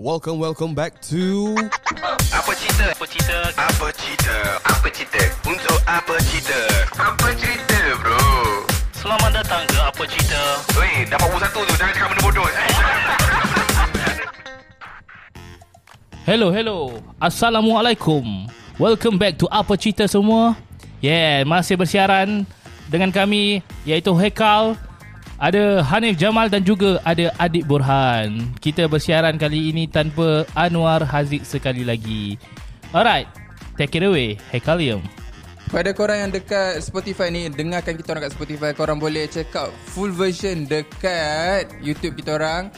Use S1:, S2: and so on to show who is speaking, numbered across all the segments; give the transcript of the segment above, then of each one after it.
S1: Welcome, welcome back to
S2: Apa cerita? Apa cerita? Apa cerita? Apa cerita? Untuk apa cerita? Apa cerita, bro?
S3: Selamat datang ke Apa Cerita
S2: Weh, dapat pukul satu tu. Jangan cakap benda bodoh. Eh.
S3: Hello, hello Assalamualaikum Welcome back to Apa Cerita semua Yeah, masih bersiaran dengan kami Iaitu Hekal Ada Hanif Jamal dan juga ada Adik Burhan Kita bersiaran kali ini tanpa Anwar Haziq sekali lagi Alright, take it away Hekalium
S4: Pada korang yang dekat Spotify ni Dengarkan kita orang kat Spotify Korang boleh check out full version dekat YouTube kita orang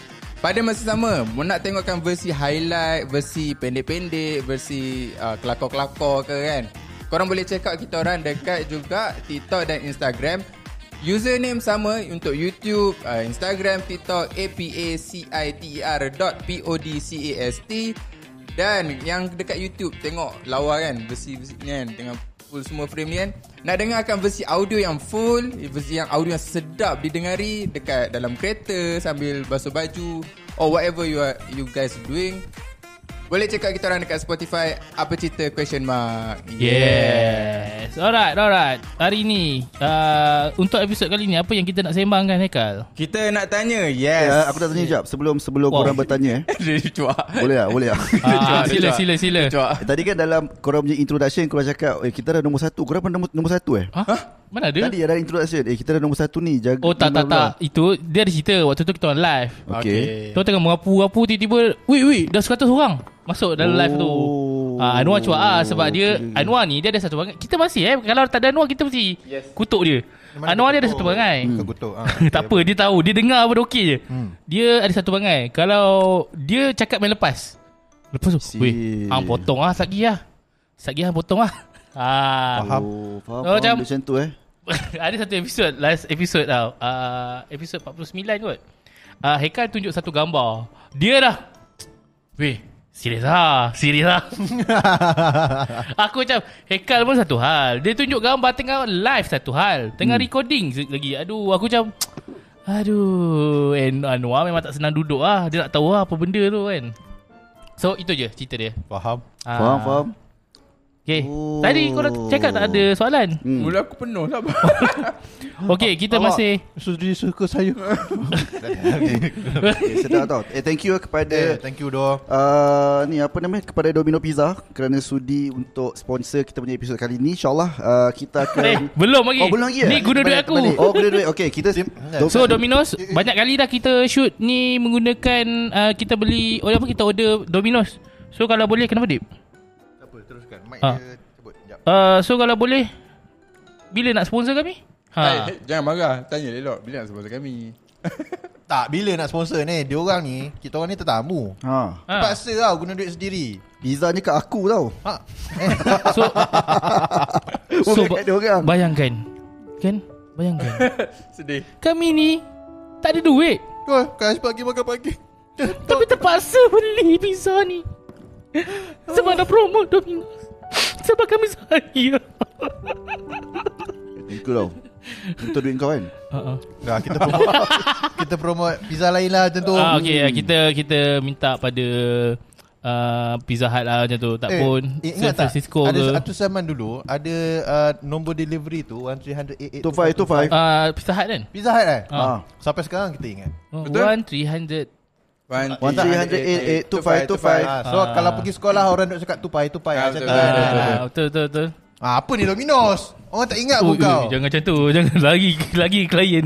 S4: pada masa sama, mau nak tengokkan versi highlight, versi pendek-pendek, versi uh, kelakor-kelakor ke kan. Korang boleh check out kita orang dekat juga TikTok dan Instagram. Username sama untuk YouTube, uh, Instagram, TikTok, apaciter E dot podcast dan yang dekat YouTube tengok lawa kan versi-versi ni kan dengan full semua frame ni kan. Nak dengarkan versi audio yang full, versi yang audio yang sedap didengari dekat dalam kereta sambil basuh baju or whatever you are, you guys doing. Boleh check out kita orang dekat Spotify apa cerita question mark.
S3: Yes Alright, alright Hari ni uh, Untuk episod kali ni Apa yang kita nak sembangkan Hekal?
S4: Kita nak tanya.
S5: Ya,
S4: Yes.
S5: aku nak tanya sekejap sebelum sebelum
S3: Wow.
S5: korang bertanya eh.
S4: Dia cuak.
S5: Boleh tak? Boleh tak?
S3: Ah, sila, sila, sila.
S4: Dia cuak.
S5: Eh, Tadi kan dalam korang punya introduction korang cakap eh kita dah nombor satu. Korang pun nombor, nombor satu eh?
S3: Ha? Mana ada?
S5: Tadi ada introduction eh kita dah nombor satu ni jaga
S3: Oh tak tak tak
S5: bla-bla-bla.
S3: Itu Dia ada cerita Waktu tu kita orang live
S5: Okey.
S3: okay. Tu orang tengah merapu-rapu Tiba-tiba Wih wih Dah 100 orang Masuk dalam oh.
S5: Oh.
S3: live tu Ah, Anwar cuak ah, Sebab dia
S5: Okey.
S3: Anwar ni Dia ada satu bangai Kita masih eh Kalau tak ada Anwar Kita mesti yes. Kutuk dia Anwar dia ada satu bangai
S6: Bukan kutuk ha.
S3: Tak apa Dia tahu Dia dengar apa dia okey je Dia ada satu bangai Kalau Dia cakap main lepas Lepas tu
S5: Si.
S3: Weh Hang potong lah Sagi lah Sagi hang potong lah Ah,
S6: Faham.
S5: Oh, faham,
S3: Oh,
S5: faham
S3: macam-
S5: macam, macam tu eh.
S3: ada satu episod last episod tau. Uh, episod 49 kot. Uh, Hekal tunjuk satu gambar. Dia dah Weh, serius lah. Serius lah. aku macam Hekal pun satu hal. Dia tunjuk gambar tengah live satu hal. Tengah hmm. recording se- lagi. Aduh, aku macam Aduh, and Anwar memang tak senang duduk lah. Dia nak tahu lah apa benda tu kan. So, itu je cerita dia.
S6: Faham
S3: Ah.
S5: Faham, faham.
S3: Okay.
S5: Oh.
S3: Tadi korang cakap tak ada soalan.
S5: Hmm.
S4: Mula aku penuh lah.
S3: Okay, kita
S6: Awak
S3: masih...
S6: Sudi suka saya
S5: Okay, sedap tau. Eh thank you eh kepada
S6: eh, Thank you doh
S5: Uh, ni apa nama kepada Domino Pizza kerana sudi untuk sponsor kita punya episod kali ni insyaallah uh, kita
S3: Eh,
S5: akan
S3: belum lagi.
S5: Oh belum lagi eh?
S3: Ni guna duit aku.
S5: Kembali. Oh guna duit. Okey, kita Dom-
S3: So Domino's banyak kali dah kita shoot ni menggunakan uh, kita beli oh apa kita order Domino's. So kalau boleh kenapa dip?
S6: Tak apa teruskan Mic
S3: Ah.
S6: dia cabut Sekejap
S3: Uh, so kalau boleh bila nak sponsor kami? Ha.
S4: Eh, Jangan marah. Tanya elok bila nak sponsor kami.
S6: Tak bila nak sponsor ni Dia orang ni Kita orang ni tetamu
S3: ha.
S5: ha.
S6: Terpaksa tau guna duit sendiri
S5: Pizzanya kat aku tau.
S6: Ha
S3: So so
S5: Bukan kat dia orang.
S3: bayangkan. Kan? Bayangkan.
S4: Sedih.
S3: kami ni tak ada duit
S6: Tuan Kas pagi makan pagi
S3: tapi terpaksa beli pizza ni. Sebab dah promo Domino's. Sebab kami saya.
S5: Thank you tau. Untuk duit kau kan.
S3: Ha.
S6: Dah Ya, kita promote Kita promote Pizza lain lah macam tu
S3: Ah, okay, kita kita minta pada uh, Pizza Hut lah macam tu. Tak eh, pun eh, San
S6: ingat tak
S3: Francisco
S6: Ada
S3: ke.
S6: satu zaman dulu Ada uh, Nombor delivery tu 1300
S5: Two five, two five.
S3: Uh, Pizza Hut kan?
S6: Pizza Hut eh
S5: Ah.
S6: Sampai sekarang kita ingat
S3: Betul?
S4: Betul?
S3: One three hundred.
S4: One, three,
S5: One three hundred eight eight two five two five.
S6: Ah, so kalau pergi sekolah orang duk cakap tupai tupai
S4: Ah,
S6: macam tu.
S4: betul, betul,
S6: Ah,
S3: Ah, Betul betul betul.
S6: ah, apa ni Domino's? Orang tak ingat pun
S3: Oh,
S6: kau.
S3: eh, jangan macam tu. Jangan lagi lagi klien.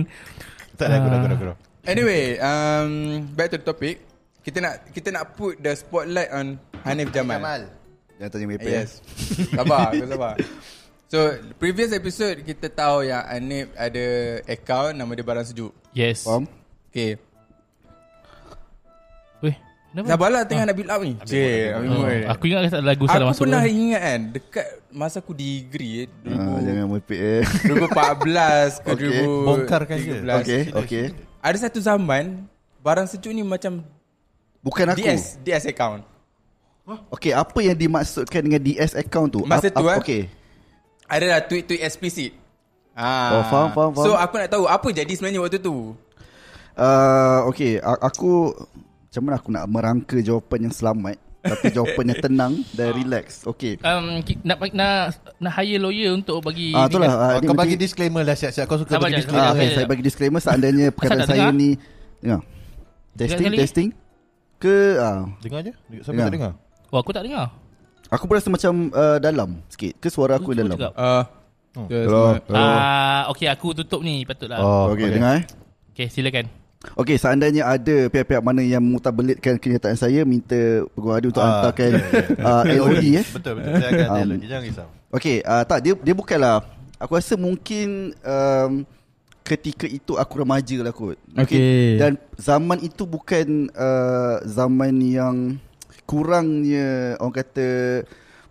S6: Tak ada gurau gurau gurau.
S4: Anyway, um, back to the topic. Kita nak kita nak put the spotlight on Hanif Jamal.
S6: Kamal.
S5: Jangan tanya merepek. eh.
S4: Yes. sabar, kau sabar. So, previous episode kita tahu yang Hanif ada account nama dia Barang Sejuk.
S3: Yes.
S5: Faham?
S4: Okay.
S3: Weh, kenapa?
S4: Sabarlah tengah nak build up ni. Cik, Amir
S3: Oh,
S4: Mul.
S3: aku ingat kata lagu salah
S4: Aku
S3: masuk.
S4: pernah
S3: dulu.
S4: ingat kan dekat masa aku degree eh,
S5: Ha,
S4: 2000
S5: jangan merepek eh.
S4: 2014 ke
S5: Okey,
S4: 2013.
S6: bongkarkan je.
S5: Okey, okey.
S4: Ada satu zaman Barang Sejuk ni macam
S5: Bukan aku.
S4: DS DS account.
S5: Okey, apa yang dimaksudkan dengan DS account tu?
S4: Masa
S5: Ap-
S4: tu,
S5: ap-
S4: eh?
S5: Okey.
S4: Adalah tweet-tweet lah explicit. Ah.
S5: Oh, faham, faham, faham.
S4: So aku nak tahu apa jadi sebenarnya waktu tu.
S5: Uh, okay, A- Ah, aku Macam mana aku nak merangka jawapan yang selamat Tapi jawapan yang tenang dan relax Okay
S3: Um, ki- nak, nak, nak hire lawyer untuk bagi
S5: Ah, itulah
S3: legal.
S5: ah,
S6: Ah,
S5: ini
S6: kau
S5: mesti-
S6: bagi disclaimer lah siap-siap Kau suka
S3: Sabar
S6: bagi
S3: jap,
S6: disclaimer lah,
S5: Ah,
S3: Okey,
S5: okay,
S3: okey.
S5: saya bagi disclaimer seandainya perkataan
S3: tak
S5: saya
S3: dengar?
S5: ni dengar. Testing
S3: kali.
S5: testing ke ah,
S6: Dengar je Siapa
S5: Dengar.
S6: tak dengar
S3: Wah Oh, aku tak dengar
S5: aku berasa macam uh, dalam sikit ke suara aku
S3: Cuba
S5: dalam.
S3: cakap.
S4: Uh,
S5: Hmm. Hello.
S3: Ah,
S4: Oh.
S3: uh, okay aku tutup ni patutlah. Oh.
S5: Okey, okay. dengar eh.
S3: Okay silakan.
S5: Okey, seandainya ada pihak-pihak mana yang mutabelitkan kenyataan saya minta peguam adu untuk
S6: Ah,
S5: hantarkan ah, LOD eh.
S6: Betul betul Saya akan
S5: Um,
S6: ada lagi Jangan risau
S5: Okey, uh, tak dia dia bukanlah. Aku rasa mungkin um, ketika itu aku remaja lah kot. Mungkin-
S4: Okey.
S5: Dan zaman itu bukan uh, zaman yang kurangnya orang kata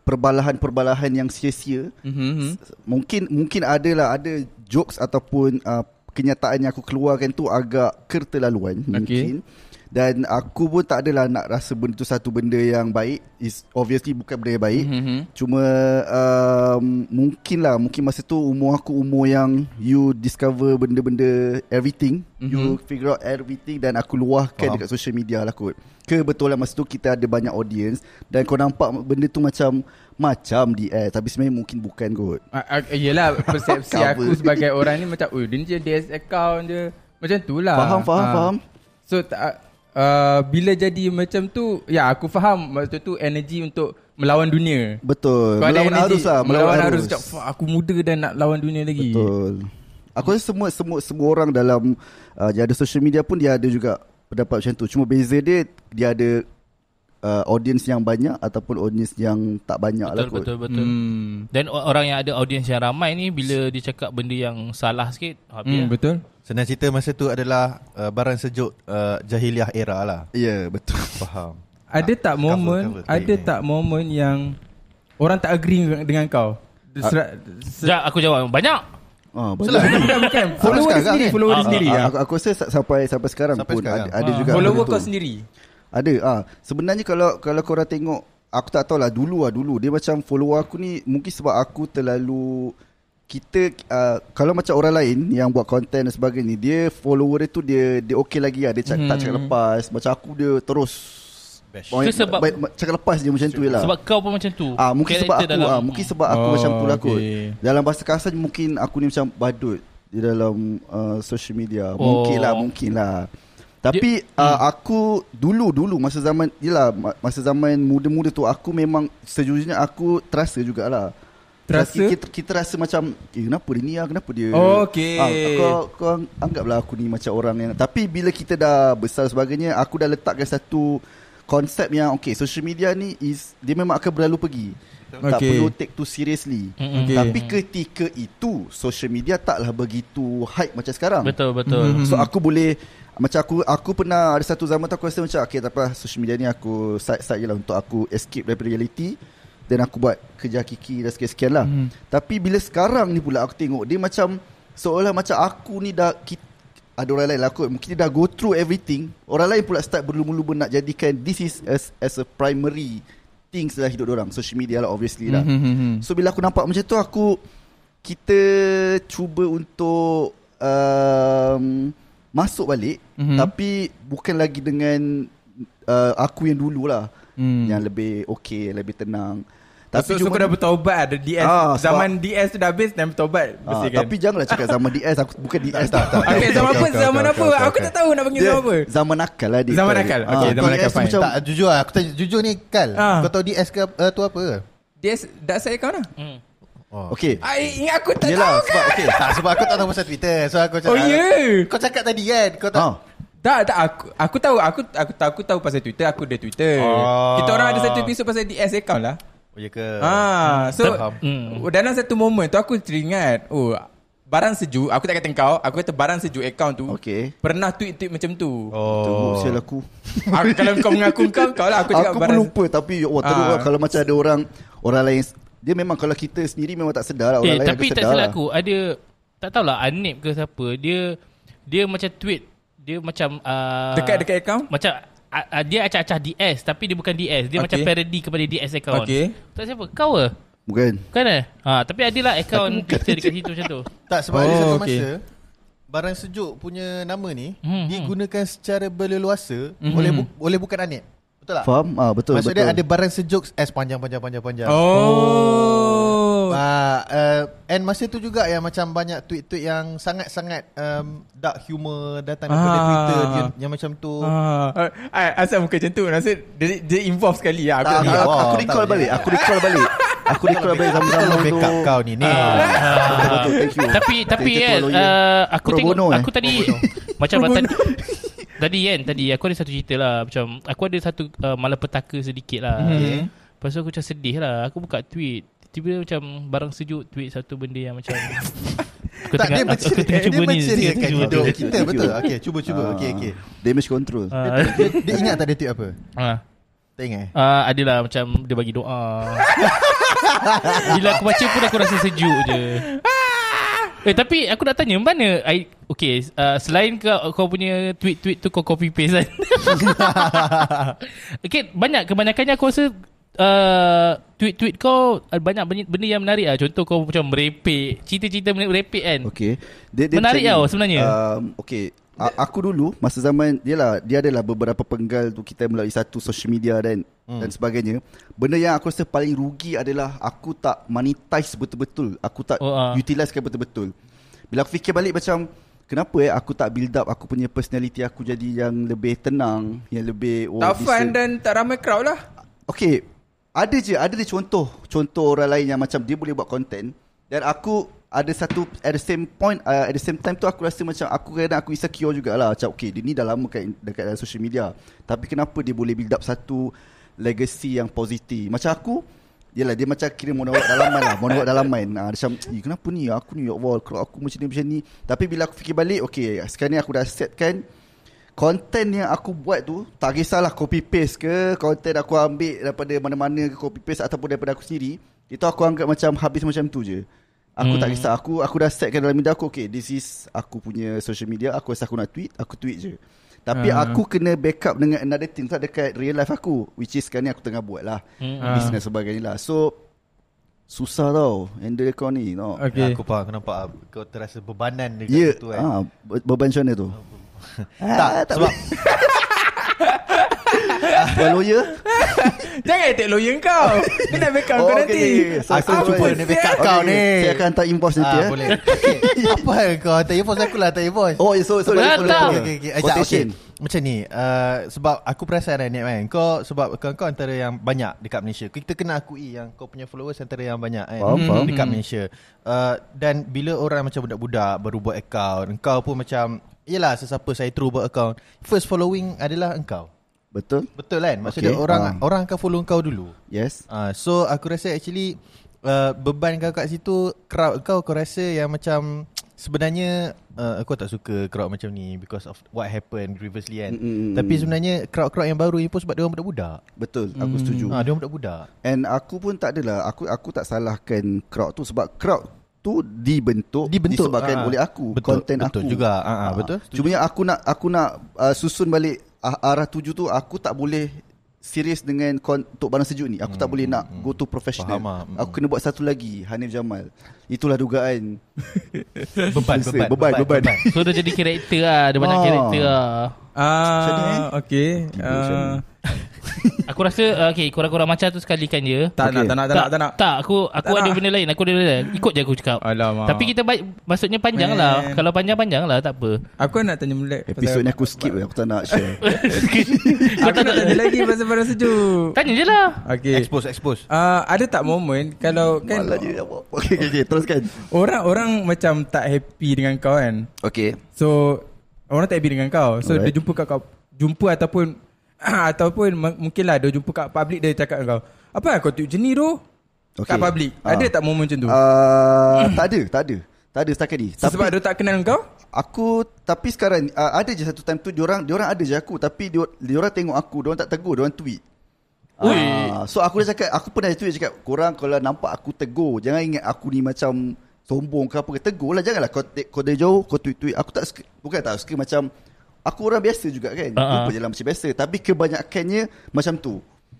S5: perbalahan-perbalahan yang sia-sia.
S4: Mm-hmm.
S5: Mungkin mungkin adalah ada jokes ataupun uh, kenyataan yang aku keluarkan tu agak kerterlaluan
S4: Okey.
S5: mungkin. Dan aku pun tak adalah nak rasa benda tu satu benda yang baik. It's obviously bukan benda yang baik.
S4: Mm-hmm.
S5: Cuma um, mungkin lah Mungkin masa tu umur aku umur yang You discover benda-benda everything mm-hmm. You figure out everything Dan aku luahkan
S6: Faham.
S5: dekat social media lah kot Kebetulan masa tu kita ada banyak audience Dan kau nampak benda tu macam Macam di air Tapi sebenarnya mungkin bukan kot
S4: Ah, ah, Yelah persepsi
S5: Cover.
S4: aku sebagai orang ni macam Ui dia ni je DS account je Macam tu lah
S5: Faham, faham,
S4: Ah.
S5: faham.
S4: So tak, uh, bila jadi macam tu Ya aku faham Maksud tu energy untuk melawan dunia
S5: Betul Melawan arus lah
S4: Melawan, melawan arus, Macam, "Fuck, Aku muda dan nak lawan dunia lagi
S5: Betul. Aku rasa semua semua semua orang dalam uh, dia ada social media pun dia ada juga pendapat macam tu. Cuma beza dia dia ada uh, audience yang banyak ataupun audience yang tak banyak
S3: Betul
S5: lah kot.
S3: betul betul.
S4: Hmm,
S3: Dan o- orang yang ada audiens yang ramai ni bila dia cakap benda yang salah sikit
S4: hmm,
S3: habis. Hmm,
S4: betul
S6: Senang cerita masa tu adalah uh, Barang sejuk uh, Jahiliah era lah
S5: Ya, yeah, betul.
S6: Faham
S4: Ada
S6: Ah,
S4: tak
S6: cover,
S4: momen
S6: cover.
S4: Ada
S6: Baik,
S4: tak momen yang Orang tak agree dengan kau Serat, se-
S3: Sekejap aku jawab banyak.
S5: Ah,
S4: Bukan,
S5: banyak.
S4: bukan, bukan.
S5: Follow
S4: Follower dia
S5: sekarang
S4: sendiri
S5: kan?
S4: Follower dia
S3: Ah,
S4: sendiri
S5: Ah,
S4: ah.
S5: aku, aku rasa sa- sampai sampai sekarang
S6: Sampai
S5: pun
S6: sekarang.
S5: ada, ada
S4: Ah,
S5: juga
S4: Follower
S5: benda
S4: kau
S5: tu.
S4: sendiri
S5: Ada ah. Sebenarnya kalau kalau korang tengok aku tak tahulah dulu lah dulu dia macam follower aku ni mungkin sebab aku terlalu kita uh, kalau macam orang lain yang buat konten dan sebagainya dia follower dia tu dia dia okey lagi lah dia cak, hmm. tak cakap lepas macam aku dia terus
S6: Bash.
S5: Orang-
S3: Itu sebab-
S5: baik, cakap lepas je macam tu je lah
S3: Sebab kau pun macam tu.
S5: Ah mungkin
S3: Karakter
S5: sebab aku dalam, ah mungkin sebab aku
S4: Oh,
S5: oh, macam tu lah kot.
S4: okey.
S5: Dalam bahasa kasar mungkin aku ni macam badut di dalam uh, social media.
S3: Oh.
S5: Oh. Mungkin lah, mungkin lah. Tapi Dia, uh, aku dulu dulu masa zaman yalah ma- masa zaman muda-muda tu aku memang sejujurnya aku terasa jugalah.
S4: Terasa?
S5: Kita, kita rasa macam eh, Kenapa dia ni lah Kenapa dia
S4: Okey.
S5: ah, Kau, kau ang- anggaplah aku ni macam orang yang Tapi bila kita dah besar sebagainya Aku dah letakkan satu Konsep yang Okay social media ni is Dia memang akan berlalu pergi
S4: Okey.
S5: Tak perlu take too seriously
S3: Mm-mm.
S4: Okey.
S5: Tapi ketika itu Social media taklah begitu Hype macam sekarang
S3: Betul betul.
S4: Mhm.
S5: So aku boleh macam aku aku pernah ada satu zaman tu aku rasa macam okay tak apa lah, social media ni aku side side je lah untuk aku escape daripada reality dan aku buat kerja kiki dan sekian-sekian lah.
S4: Mhm.
S5: Mm. Tapi bila sekarang ni pula aku tengok dia macam seolah macam aku ni dah ki- ada orang lain lah kot Mungkin dia dah go through everything Orang lain pula start berlumba-lumba Nak jadikan This is as, as a primary Things dalam hidup orang Social media lah obviously lah
S4: Hmm, hmm, hmm.
S5: So bila aku nampak macam tu aku kita cuba untuk um, masuk balik
S4: Mhm.
S5: mm-hmm. tapi bukan lagi dengan uh, aku yang dululah
S4: Hmm.
S5: mm. yang lebih okey, lebih tenang.
S4: Tapi so, so kau dah bertaubat ada DS
S5: Ah, sebab-
S4: Zaman DS tu dah habis Dan bertaubat
S5: Ah,
S4: Bersih kan
S5: tapi janganlah cakap zaman DS aku bukan DS tak, tak,
S4: Okay zaman apa Zaman apa Aku tak tahu nak panggil
S5: Dia,
S4: zaman apa
S5: zaman nakal lah dia
S4: Zaman
S5: call
S4: nakal.
S5: dia.
S4: Okey,
S5: Ah,
S4: zaman
S5: DS
S4: nakal, fine.
S5: macam,
S6: Tak jujur lah Aku tanya jujur ni Kal
S4: Ah.
S6: Kau tahu DS ke uh, tu apa ke
S4: DS Dah saya kau dah
S6: Oh.
S5: Okey
S4: Ai, Aku tak
S5: Yelah
S4: tahu kan?
S5: sebab okey
S6: Tak sebab aku tak tahu pasal Twitter So aku cakap
S4: Oh, ya.
S6: Kau cakap tadi kan Kau tak
S5: ah,
S4: Tak, tak aku aku tahu aku aku tahu aku tahu pasal Twitter, aku ada Twitter.
S6: Ah.
S4: Kita orang ada satu episod pasal DS account lah.
S6: Oh ya ke
S4: Ah, so
S6: Faham.
S4: mm. dalam satu momen tu aku teringat, oh barang sejuk, aku tak kata kau, aku kata barang sejuk account tu.
S5: Okey.
S4: Pernah tweet-tweet macam tu. Oh.
S5: teruk
S6: Oh
S5: sial aku
S4: Aku, kalau kau mengaku kau, kau lah aku
S5: Aku,
S4: cakap
S5: aku pun
S4: barang.
S5: lupa Tapi wah, teruk
S4: Ah.
S5: lah Kalau macam ada orang Orang lain Dia memang kalau kita sendiri Memang tak sedar lah Orang
S3: Eh
S5: lain
S3: tapi
S5: ada
S3: tak
S5: sedar
S3: silap
S5: lah.
S3: aku ada tak tahulah Anip ke siapa dia dia macam tweet dia macam uh,
S4: Dekat-dekat account?
S3: macam uh, uh, dia acah-acah DS tapi dia bukan DS dia
S4: Okey.
S3: okay. macam parody kepada DS account.
S4: Okey.
S3: Tak siapa kau ke?
S5: Bukan
S3: Bukan eh? Ha tapi adalah account Twitter dekat situ macam tu.
S6: Tak sebab oh, ada
S4: Oh,
S6: satu
S4: okey.
S6: masa barang sejuk punya nama ni
S3: Hmm,
S6: hmm, digunakan secara berleluasa hmm. oleh bu- oleh bukan anit. Betul tak?
S5: Faham? Ah betul
S6: Maksud dia
S5: betul.
S6: ada barang sejuk S panjang panjang panjang
S4: Ah.
S6: panjang.
S4: Oh.
S6: Uh, uh, and masa tu juga yang macam banyak tweet-tweet yang sangat-sangat um, dark humor datang daripada
S4: Ah.
S6: ah. Twitter yang, yang macam
S5: Oh.
S6: tu. Ah.
S4: Ah, ah, asal muka macam tu Nasir Dia, dia involve sekali lah Aku
S5: tak,
S4: tak,
S5: aku,
S4: tahu.
S5: aku,
S6: Wow,
S5: aku recall
S6: Ah, tak
S5: balik. Aku recall balik. Aku recall balik sama-sama
S6: Kalau backup
S5: dulu.
S6: kau ni ni.
S5: Betul, betul, Ah, Thank you.
S3: Ah, Tapi tapi
S5: Thank you
S3: kan
S5: to lawyer.
S3: uh, aku
S5: Pro
S3: tengok
S5: bono, eh?
S3: aku tadi macam tadi tadi kan tadi aku ada satu cerita lah macam aku ada satu uh, malapetaka sedikit lah.
S4: Mhm.
S3: Lepas tu aku macam sedih lah Aku buka tweet Tiba-tiba macam Barang sejuk tweet satu benda yang macam Aku
S6: Tak dia
S3: aku, aku
S6: menceriakan
S3: tengah
S6: dia
S3: cuba ni
S6: menceriakan
S3: tengah cuba.
S6: hidup
S5: Thank you,
S6: kita
S5: thank
S6: betul.
S5: you.
S6: Okey cuba cuba.
S5: Ah,
S6: Okey okey.
S5: Damage control.
S3: Ah,
S6: Dia, dia ingat tak dia tweet apa?
S3: ah.
S6: Tak ingat eh?
S3: Ah, adalah macam dia bagi doa. Bila aku baca pun aku rasa sejuk je. Eh tapi aku nak tanya mana I, Okay uh, Selain kau, kau punya tweet-tweet tu Kau copy paste kan Okay banyak Kebanyakannya aku rasa uh, Tweet-tweet kau uh, Banyak benda, benda yang menarik lah Contoh kau macam merepek Cerita-cerita merepek kan
S5: Okay. Dia,
S3: Menarik
S5: macam
S3: tau
S5: ni.
S3: sebenarnya.
S5: Um, okay. A- aku dulu masa zaman dia lah dia adalah beberapa penggal tu kita melalui satu social media dan hmm. dan sebagainya. Benda yang aku rasa paling rugi adalah aku tak monetize betul-betul. Aku tak
S3: Oh, ah.
S5: oh, utilisekan betul-betul. Bila aku fikir balik macam Kenapa eh aku tak build up aku punya personality aku jadi yang lebih tenang, yang lebih oh,
S4: Tak
S5: this
S4: fun
S5: is-
S4: dan tak ramai crowd lah
S5: Okay Ada je Ada dia contoh Contoh orang lain yang macam Dia boleh buat content Dan aku Ada satu At the same point uh, At the same time tu Aku rasa macam Aku kadang aku insecure jugalah Macam okay Dia ni dah lama kat, Dekat dalam social media Tapi kenapa dia boleh build up Satu Legacy yang positif Macam aku Yelah dia macam kira monolog dalaman lah Monolog dalaman ha, Dia macam "Eh, Kenapa ni Aku ni ya Allah Kalau aku macam ni macam ni Tapi bila aku fikir balik Okay sekarang ni aku dah setkan Konten yang aku buat tu Tak kisahlah copy paste ke Konten aku ambil daripada mana-mana ke copy paste Ataupun daripada aku sendiri Itu aku anggap macam habis macam tu je Aku hmm. tak kisah Aku aku dah setkan dalam minda aku Okay this is aku punya social media Aku rasa aku nak tweet Aku tweet je Tapi uh. aku kena backup dengan another thing tak Dekat real life aku Which is sekarang ni aku tengah buat lah hmm. Business sebagainya lah So Susah tau Handle kau ni no.
S4: Okay
S5: okay.
S6: Aku faham aku nampak ah, kau terasa bebanan dekat
S5: Ya yeah.
S6: situ eh.
S5: ah, be- Beban macam mana tu
S6: Tak, sebab
S5: Buat lawyer
S4: Jangan attack lawyer kau Dia nak backup kau nanti
S6: Aku cuba
S4: boleh.
S6: ni backup kau ni.
S5: Saya akan hantar inbox nanti
S6: Ah,
S5: eh.
S6: boleh. Okay. Apa hal kau? Tak invoice aku lah, tak invoice.
S5: Oh, so so
S3: Berat tau.
S6: Okay, okay, okay. Ajak, okay. Macam ni uh, Sebab aku perasan kan Nek kan Kau sebab kau, kau antara yang banyak Dekat Malaysia Kita kena akui yang Kau punya followers antara yang banyak kan
S5: Faham, faham. Hmm.
S6: Dekat Malaysia uh, Dan bila orang macam budak-budak Baru buat account Kau pun macam Yelah sesiapa saya true buat account First following adalah engkau
S5: Betul?
S6: Betul kan Maksudnya
S5: Okay,
S6: okay. orang
S5: faham.
S6: orang akan follow kau dulu
S5: Yes.
S6: Ah, so aku rasa actually uh, beban kau kat situ crowd kau kau rasa yang macam sebenarnya uh, aku tak suka crowd macam ni because of what happened previously kan.
S5: Mm-mm.
S6: Mm-mm. Tapi sebenarnya crowd-crowd yang baru ni pun sebab dia orang budak-budak.
S5: Betul. Aku setuju.
S6: Ah dia orang budak-budak.
S5: And aku pun tak adalah aku aku tak salahkan crowd tu sebab crowd tu dibentuk,
S6: Dibentuk,
S5: disebabkan
S6: ah.
S5: oleh aku,
S6: Betul,
S5: konten
S6: betul
S5: aku.
S6: juga. Ah, ah, betul, setuju.
S5: Cuma yang aku nak aku nak uh, susun balik uh, arah tuju tu aku tak boleh serius dengan kon- untuk barang sejuk ni. Aku tak boleh nak go to
S6: Hmm,
S5: professional.
S6: Faham, ah. Hmm.
S5: Aku kena buat satu lagi, Hanif Jamal. Itulah dugaan.
S6: Beban,
S5: Beban, beban, beban.
S3: So dia jadi karakter lah Dia banyak
S5: Ah.
S3: karakter lah
S4: Ah,
S5: Macam ni, eh?
S4: Okay
S5: macam
S4: Ah,
S3: Aku rasa uh, Okay korang-korang macam tu sekalikan je
S4: Tak nak,
S5: Okay.
S4: tak nak, Ah, tak nak, tak nak
S3: Tak, aku aku
S4: Tak
S3: ada
S4: nak.
S3: benda lain. Aku ada benda lain. Ikut je aku cakap.
S4: Alamak.
S3: Tapi kita baik maksudnya panjang lah.
S4: Man.
S3: Kalau panjang-panjang lah tak apa.
S4: Aku nak tanya balik pasal-
S5: Episod ni aku skip lah, aku tak nak share.
S4: Aku nak tanya lagi pasal barang sejuk
S3: Tanya je lah.
S4: Okay
S6: Expose, expose.
S4: Ah, ada tak momen kalau kan
S5: Malah dia apa. Okey okey okey, teruskan.
S4: orang-orang macam tak happy dengan kau kan?
S5: Okey.
S4: So orang tak happy dengan kau. So
S5: Alright.
S4: Alright. dia jumpa kat kau jumpa ataupun ataupun m- mungkinlah dia jumpa kat public dia cakap dengan kau. Apa lah kau tu jenis tu? Okay. Kat
S5: Okey.
S4: public.
S5: Ah.
S4: Ada tak momen macam tu?
S5: Uh, tak ada, tak ada. Tak ada setakat ni.
S4: so, sebab
S5: tapi
S4: dia tak kenal kau?
S5: aku tapi sekarang uh, ada je satu time tu diorang diorang ada je aku tapi dior, diorang tengok aku, diorang tak tegur, diorang tweet. Uh, so aku dah cakap Aku pernah tweet cakap Korang kalau nampak aku tegur Jangan ingat aku ni macam Sombong ke apa ke Tegur lah Janganlah kau, te- kau dari jauh Kau tweet-tweet Aku tak suka Bukan tak suka macam Aku orang biasa juga kan
S3: Ah, ah.
S5: uh-huh. Jumpa je lah macam biasa Tapi kebanyakannya Macam tu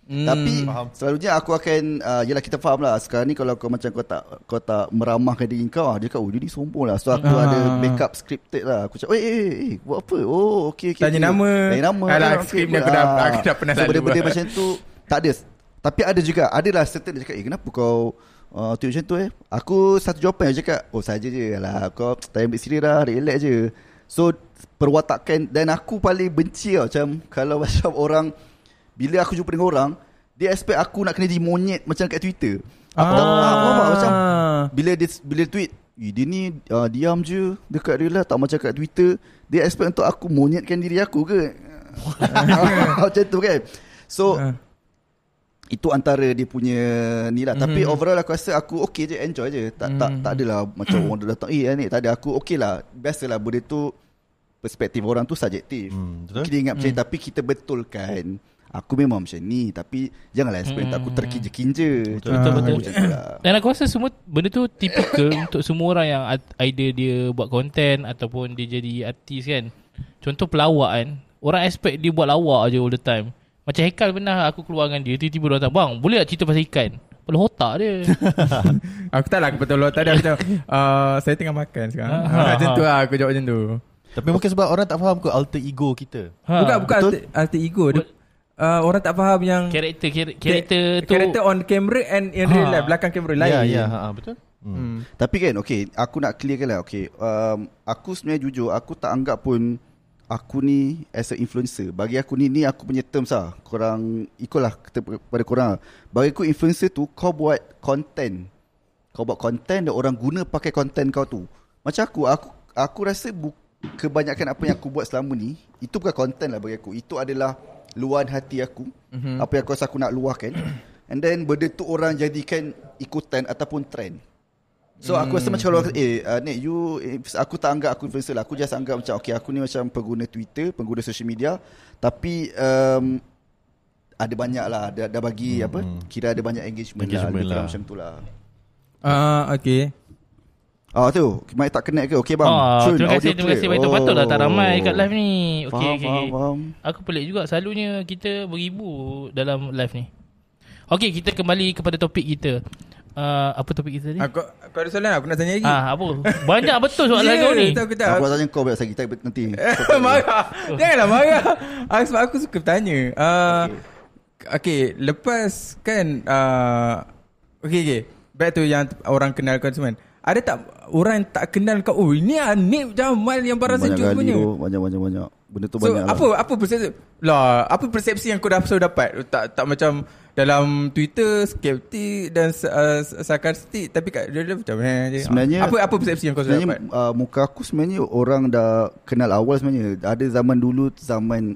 S5: Hmm, Tapi faham. selalunya aku akan uh, Yelah kita faham lah Sekarang ni kalau kau macam Kau tak kau tak meramahkan diri kau ah, Dia kata oh dia ni sombong lah So aku
S4: Ah.
S5: ada backup scripted lah Aku cakap eh, eh eh buat apa Oh okay, okay
S4: Tanya
S5: okay.
S4: nama.
S5: Tanya nama
S4: Alah,
S5: Okey,
S4: skrip ni
S5: buat
S4: aku dah-
S5: lah.
S4: aku dah pernah
S5: So
S4: selalu
S5: benda-benda
S4: buat.
S5: macam tu Tak ada Tapi ada juga Adalah certain dia cakap Eh kenapa kau uh, Tunjuk macam tu eh Aku satu jawapan Dia cakap Oh saja je lah Kau tak ambil serius lah Relax je So Perwatakan Dan aku paling benci tau Macam Kalau macam orang Bila aku jumpa dengan orang Dia expect aku nak kena jadi monyet Macam kat Twitter Aku tak
S4: Ah.
S5: faham tak? Macam Bila dia bila tweet "Eh, dia ni uh, diam je dekat dia lah tak macam kat Twitter dia expect untuk aku monyetkan diri aku ke macam tu kan so
S4: Ah.
S5: itu antara dia punya ni lah tapi overall aku rasa aku okay je enjoy je tak tak tak adalah macam orang dah datang eh ni tak ada aku okay lah biasalah benda tu perspektif orang tu subjektif
S6: Hmm, betul.
S5: kita ingat macam ni tapi kita betulkan aku memang macam ni tapi janganlah expect untuk aku terkinja-kinja betul
S3: betul.
S4: Ah,
S5: macam tu lah
S3: Dan aku rasa semua benda tu tipikal untuk semua orang yang ad- idea dia buat konten ataupun dia jadi artis kan. Contoh pelawak kan. Orang expect dia buat lawak je all the time. Macam Hekal pernah aku keluar dengan dia tiba-tiba dia datang bang boleh tak cerita pasal ikan? Kepala otak dia.
S4: Aku tak lah aku betul Tadi aku cakap uh, Saya tengah makan sekarang
S3: Ah.
S4: Ah, Macam tu lah Aku jawab macam tu
S6: Tapi mungkin sebab orang tak faham kot alter ego kita.
S3: Ha.
S4: Bukan bukan
S5: betul.
S4: alter, alter ego dia, uh, Orang tak faham yang
S3: karakter kar- karakter tu.
S4: Karakter on camera And in
S3: Ah.
S4: real life Belakang kamera lain
S6: Ya, ya, ha, ha, betul. Hmm.
S4: Hmm.
S5: Tapi kan okay Aku nak clearkan lah okay, um, Aku sebenarnya jujur Aku tak anggap pun Aku ni As a influencer Bagi aku ni Ni aku punya terms lah Korang Ikutlah kita- kepada korang lah. Bagi aku influencer tu Kau buat content Kau buat content Dan orang guna pakai content kau tu Macam aku Aku aku rasa bu- Kebanyakan apa yang aku buat selama ni Itu bukan content lah bagi aku Itu adalah Luahan hati aku mm-hmm. Apa yang aku rasa aku nak luahkan And then Benda tu orang jadikan Ikutan ataupun trend So aku rasa macam kalau
S6: Hmm.
S5: orang kata, Eh uh, Nick you eh, Aku tak anggap aku influencer lah Aku just anggap macam Okay aku ni macam pengguna Twitter Pengguna social media Tapi um, Ada banyak lah Dah, dah bagi apa Kira ada banyak engagement,
S6: Hmm. Engagement
S5: engagement lah, lebih kurang
S6: lah.
S5: Macam tu lah
S4: Ah, Okay
S5: Oh tu Mic tak connect ke Okay bang
S3: Ah,
S5: Cun,
S3: terima kasih,
S5: audio
S3: terima kasih.
S5: clear. Oh.
S3: Patut patutlah tak ramai kat live ni. Okey,
S5: Faham,
S3: okey,
S5: faham,
S3: okey.
S5: faham.
S3: Aku pelik juga selalunya kita beribu dalam live ni. Okey, kita kembali kepada topik kita. Uh, apa topik kita ni?
S4: Aku Kau ada soalan aku nak tanya lagi
S3: Ah, apa? Banyak betul soalan yeah, kau ni.
S4: Ya, Tahu kita
S5: Aku nak tanya kau balik lagi Kita nanti
S4: Eh, marah
S3: Oh.
S4: Janganlah marah ah, Sebab aku suka bertanya uh, okay. okay Lepas kan uh, Okay okay Back to yang orang kenal kau semua Ada tak Orang yang tak kenal kau Oh ini Anip Jamal Yang barang
S5: Banyak
S4: sejuk
S5: kali
S4: punya
S5: tu Banyak-banyak-banyak Benda tu
S4: So
S5: banyak
S4: apa
S5: lah.
S4: apa persepsi lah apa persepsi yang kau dah selalu dapat tak tak macam dalam Twitter skeptik dan uh, sarkastik tapi kat real life macam eh je.
S5: Sebenarnya-
S4: apa apa persepsi yang kau selalu dapat
S5: Sebenarnya uh, muka aku sebenarnya orang dah kenal awal sebenarnya. Ada zaman dulu zaman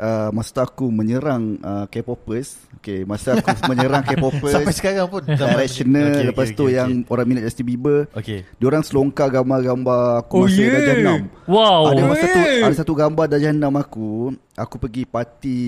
S5: uh, masa tu aku menyerang uh, K-popers. Okay, masa aku menyerang K-popers.
S6: Sampai sekarang pun zaman-
S5: directional
S6: Okey,
S5: okay,
S6: okey,
S5: lepas
S6: okey,
S5: tu
S6: okey.
S5: yang orang minat Justin Bieber.
S6: Okey.
S5: Diorang selongkar gambar-gambar aku
S4: Oh,
S5: masa
S4: yeah.
S5: darjah enam.
S3: Wow.
S5: Ada masa tu
S4: Yeah.
S5: ada satu gambar darjah enam aku, aku pergi parti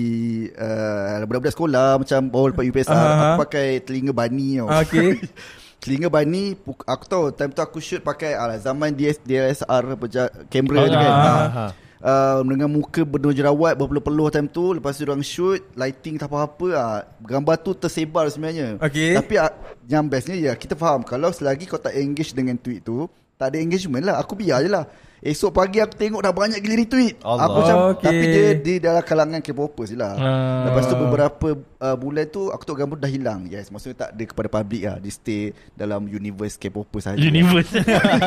S5: uh, budak-budak sekolah macam bawa lepas UPSR,
S4: Ah.
S5: aku pakai telinga bani tau.
S4: Okay.
S5: Telinga bani puk- Aku tahu Time tu aku shoot pakai alah, Zaman DS, DSLR apa, ja- Kamera
S4: Ah,
S5: tu kan
S3: Alah.
S5: ha. uh, Dengan muka penuh jerawat Berpeluh-peluh time tu Lepas tu orang shoot Lighting tak apa-apa ah. Gambar tu tersebar sebenarnya
S4: Okey.
S5: Tapi ah, yang bestnya ya Kita faham Kalau selagi kau tak engage dengan tweet tu Tak ada engagement lah Aku biar je lah Esok pagi aku tengok dah banyak gila retweet
S6: Allah.
S5: Aku macam
S4: Okey.
S5: Tapi dia, dia dalam kalangan K-popers je lah
S3: Ah.
S5: Lepas tu beberapa uh, bulan tu Aku tengok gambar tu dah hilang Yes maksudnya tak ada kepada public lah Dia stay dalam universe K-popers sahaja
S3: Universe.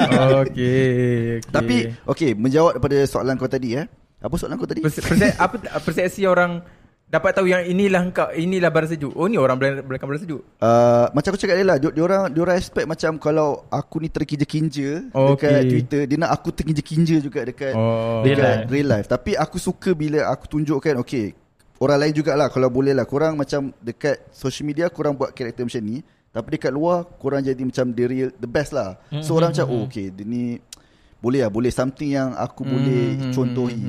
S4: okay, okay.
S5: Tapi okay menjawab daripada soalan kau tadi eh Apa soalan kau tadi?
S4: Perse- perse- apa persepsi orang dapat tahu yang inilah kau inilah barang sejuk. Oh ni orang belakang, belakang barang sejuk.
S5: Uh, macam aku cakap dia lah dia, dia orang dia orang expect macam kalau aku ni terkinja-kinja okay. dekat
S4: Okay.
S5: Twitter dia nak aku terkinja-kinja juga dekat
S4: Oh.
S3: Real
S5: dekat real
S3: life.
S5: life. real life tapi aku suka bila aku tunjukkan okay orang lain jugalah kalau boleh lah korang macam dekat social media korang buat karakter macam ni tapi dekat luar korang jadi macam the real the best lah
S4: Mm-hmm.
S5: so orang macam oh okay dia ni boleh lah boleh something yang aku boleh
S4: Mm-hmm.
S5: contohi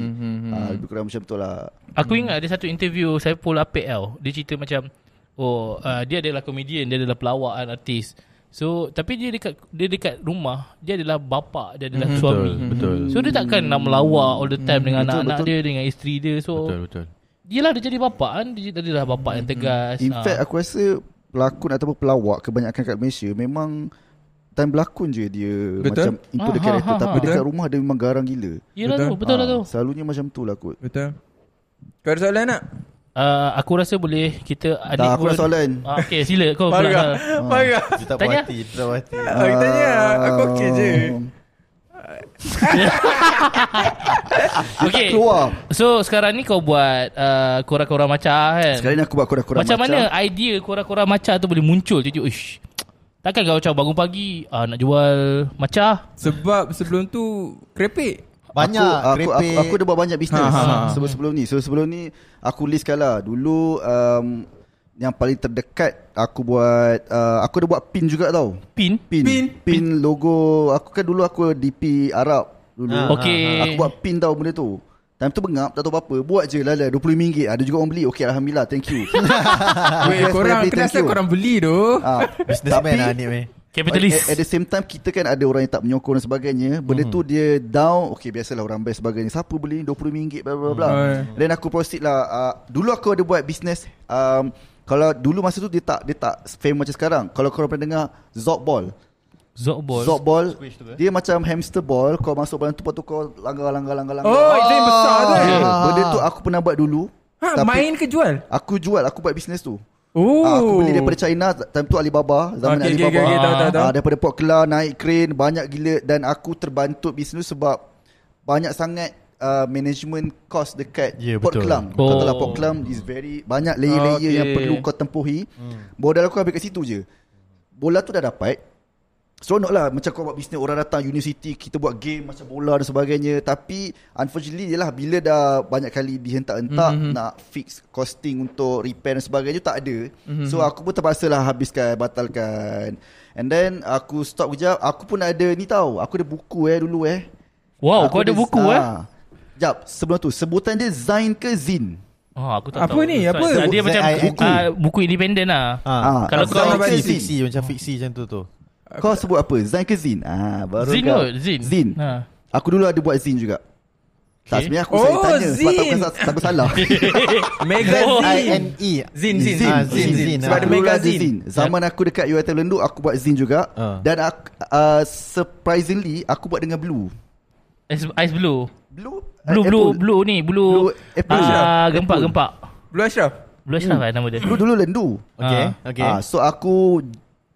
S5: Ah, lebih kurang macam tu lah
S3: Aku
S6: Hmm.
S3: ingat ada satu interview Saiful Apek tau. Dia cerita macam oh uh, dia adalah komedian, dia adalah pelawak dan artis. So tapi dia dekat dia dekat rumah, dia adalah bapa, dia adalah mm-hmm. suami.
S6: Hmm, Betul, betul.
S3: So dia takkan nak melawak all the time dengan
S5: Betul,
S3: anak-anak
S5: betul.
S3: dia dengan isteri dia. So
S6: Betul Hmm, betul.
S3: Yelah dia jadi bapak kan Dia jadi dah bapak yang tegas
S5: In
S3: Ah.
S5: fact aku rasa pelakon ataupun pelawak kebanyakan kat Malaysia memang time berlakon je dia
S4: Betul.
S5: macam into the
S3: Ah,
S5: character
S3: ha, ha,
S5: tapi
S3: ha.
S5: dekat rumah dia memang garang gila.
S3: Yelah
S4: Betul.
S3: tu Betul lah
S5: Ah,
S3: tu
S5: Selalunya macam tu lah kot.
S4: Betul. Kau ada soalan nak?
S3: Ah, Aku rasa boleh Kita adik
S5: Tak, aku
S3: pun-
S5: nak soalan.
S3: Ah, Okay sila kau Ah. pula
S4: Marah. Marah.
S6: Dia tak
S3: Tanya.
S6: puas hati Dia tak puas hati
S4: Oh, kita tanya.
S5: Ah,
S4: Aku okey je.
S5: Oh.
S3: Okay
S5: Keluar.
S3: So sekarang ni kau buat uh, Korang-korang macam kan
S5: Sekarang ni aku buat kurang-kurang
S3: Macam mana idea korang-korang macam tu boleh muncul Tiba-tiba Uish Takkan kau macam bangun pagi ah, Nak jual macam
S4: Sebab sebelum tu krepek.
S6: Banyak
S5: aku, aku, aku, aku dah buat banyak bisnes
S4: Ha,
S5: ha,
S4: ha, ha.
S5: sebelum sebelum ni. So sebelum ni aku listkan lah dulu um, yang paling terdekat aku buat uh, aku dah buat pin juga tau.
S3: Pin
S5: Pin
S4: Pin.
S5: pin, pin logo aku kan dulu aku DP Arab dulu.
S4: Ah,
S5: Ah,
S6: Ha,
S3: Okey. ha, ha.
S5: Aku buat pin tau benda tu. Time tu bengap tak tahu apa-apa Buat je lah lah RM20 Ada juga orang beli Okay Alhamdulillah thank you
S4: Weh,
S5: Yes,
S4: korang
S5: happy,
S4: kena
S5: thank
S4: asal
S5: you.
S4: korang beli tu.
S5: ha.
S6: Businessman lah ni weh
S3: Capitalist
S5: At, at the same time Kita kan ada orang yang tak menyokong dan sebagainya Benda
S3: Mhm.
S5: mm-hmm. tu dia down Okay biasalah orang best sebagainya Siapa beli ni RM20 bla bla bla
S4: Hmm.
S5: Then aku proceed lah uh, Dulu aku ada buat business um, Kalau dulu masa tu dia tak dia tak fame macam sekarang Kalau korang pernah dengar Zop Ball
S3: Zog ball
S5: Zop Ball
S6: eh?
S5: Dia macam hamster ball Kau masuk dalam tu Lepas tu kau langgar langgar langgar langgar
S4: Oh, itu yang besar tu. eh?
S5: Ah. yeah. Benda tu aku pernah buat dulu
S4: Ha, main ke jual?
S5: Aku jual Aku buat business tu
S4: Oh.
S5: Ah, Aku beli daripada China Time tu Alibaba Zaman
S4: Okay, okay,
S5: Alibaba
S4: okay, okay, tahu, tahu, tahu.
S5: Ah, Daripada Port Kelah Naik crane Banyak gila Dan aku terbantut bisnes tu sebab Banyak sangat uh, Management cost dekat
S6: Ya,
S5: Port
S6: betul.
S5: Kelam Kau tahu lah
S3: Oh.
S5: Port Kelam is very Banyak layer-layer
S4: Okay.
S5: yang perlu kau tempuhi
S3: Hmm.
S5: Modal aku habis kat situ je Bola tu dah dapat Seronok lah Macam kau buat bisnes Orang datang university Kita buat game Macam bola dan sebagainya Tapi Unfortunately ialah Bila dah banyak kali dihentak-hentak
S3: Mhm.
S5: mm-hmm. Nak fix costing Untuk repair dan sebagainya Tak ada
S3: Mhm.
S5: mm-hmm. So aku pun terpaksa lah Habiskan Batalkan And then Aku stop kejap Aku pun ada ni tau Aku ada buku eh dulu eh
S3: Wow kau
S5: Aku
S3: ada buku eh
S5: ah. Sekejap Sebelum tu Sebutan dia Zain ke Zin
S3: Ah, aku tak
S4: Apa
S3: tahu.
S4: ni?
S3: So,
S4: Apa?
S3: so, Dia
S6: Z-
S3: macam
S6: I-
S3: buku,
S6: buku.
S3: uh, buku independen lah.
S5: Ah,
S3: Kalau
S5: aku
S3: kau-
S5: tak
S6: fiksi,
S5: baca Zin.
S6: fiksi Macam fiksi macam tu tu
S5: Kau sebut apa? Zain ke Zin? Ah, baru
S3: Zin
S5: kau.
S3: kot, Zin.
S5: Zin.
S3: Ha.
S5: Ha. Aku dulu ada buat Zin juga. Okay. Tak
S3: Okay.
S5: sebenarnya aku oh, saya
S4: Oh,
S5: tanya sebab
S4: Zin.
S5: takut, sa- takut salah.
S4: Magazine.
S6: Z-I-N-E
S4: Zin, zin.
S5: Zin,
S4: Ah,
S5: Zin,
S6: Zin, Zin.
S4: Sebab ada
S5: Dulu lah ada
S4: magazine.
S5: Zin. Zaman aku dekat UiTM Lendu aku buat Zin juga
S6: Ah.
S5: dan aku, uh, surprisingly aku buat dengan Blue.
S3: Ice, ice blue.
S5: Blue uh,
S3: Blue, blue,
S5: Apple.
S3: blue ni. Blue,
S5: Blue apple.
S3: ah,
S5: Apple.
S3: gempak, gempak.
S4: Blue Ashraf.
S3: Blue Ashraf lah nama dia.
S5: Blue dulu Lendu.
S6: Okay
S3: Ah.
S6: Okay
S5: Ah, so aku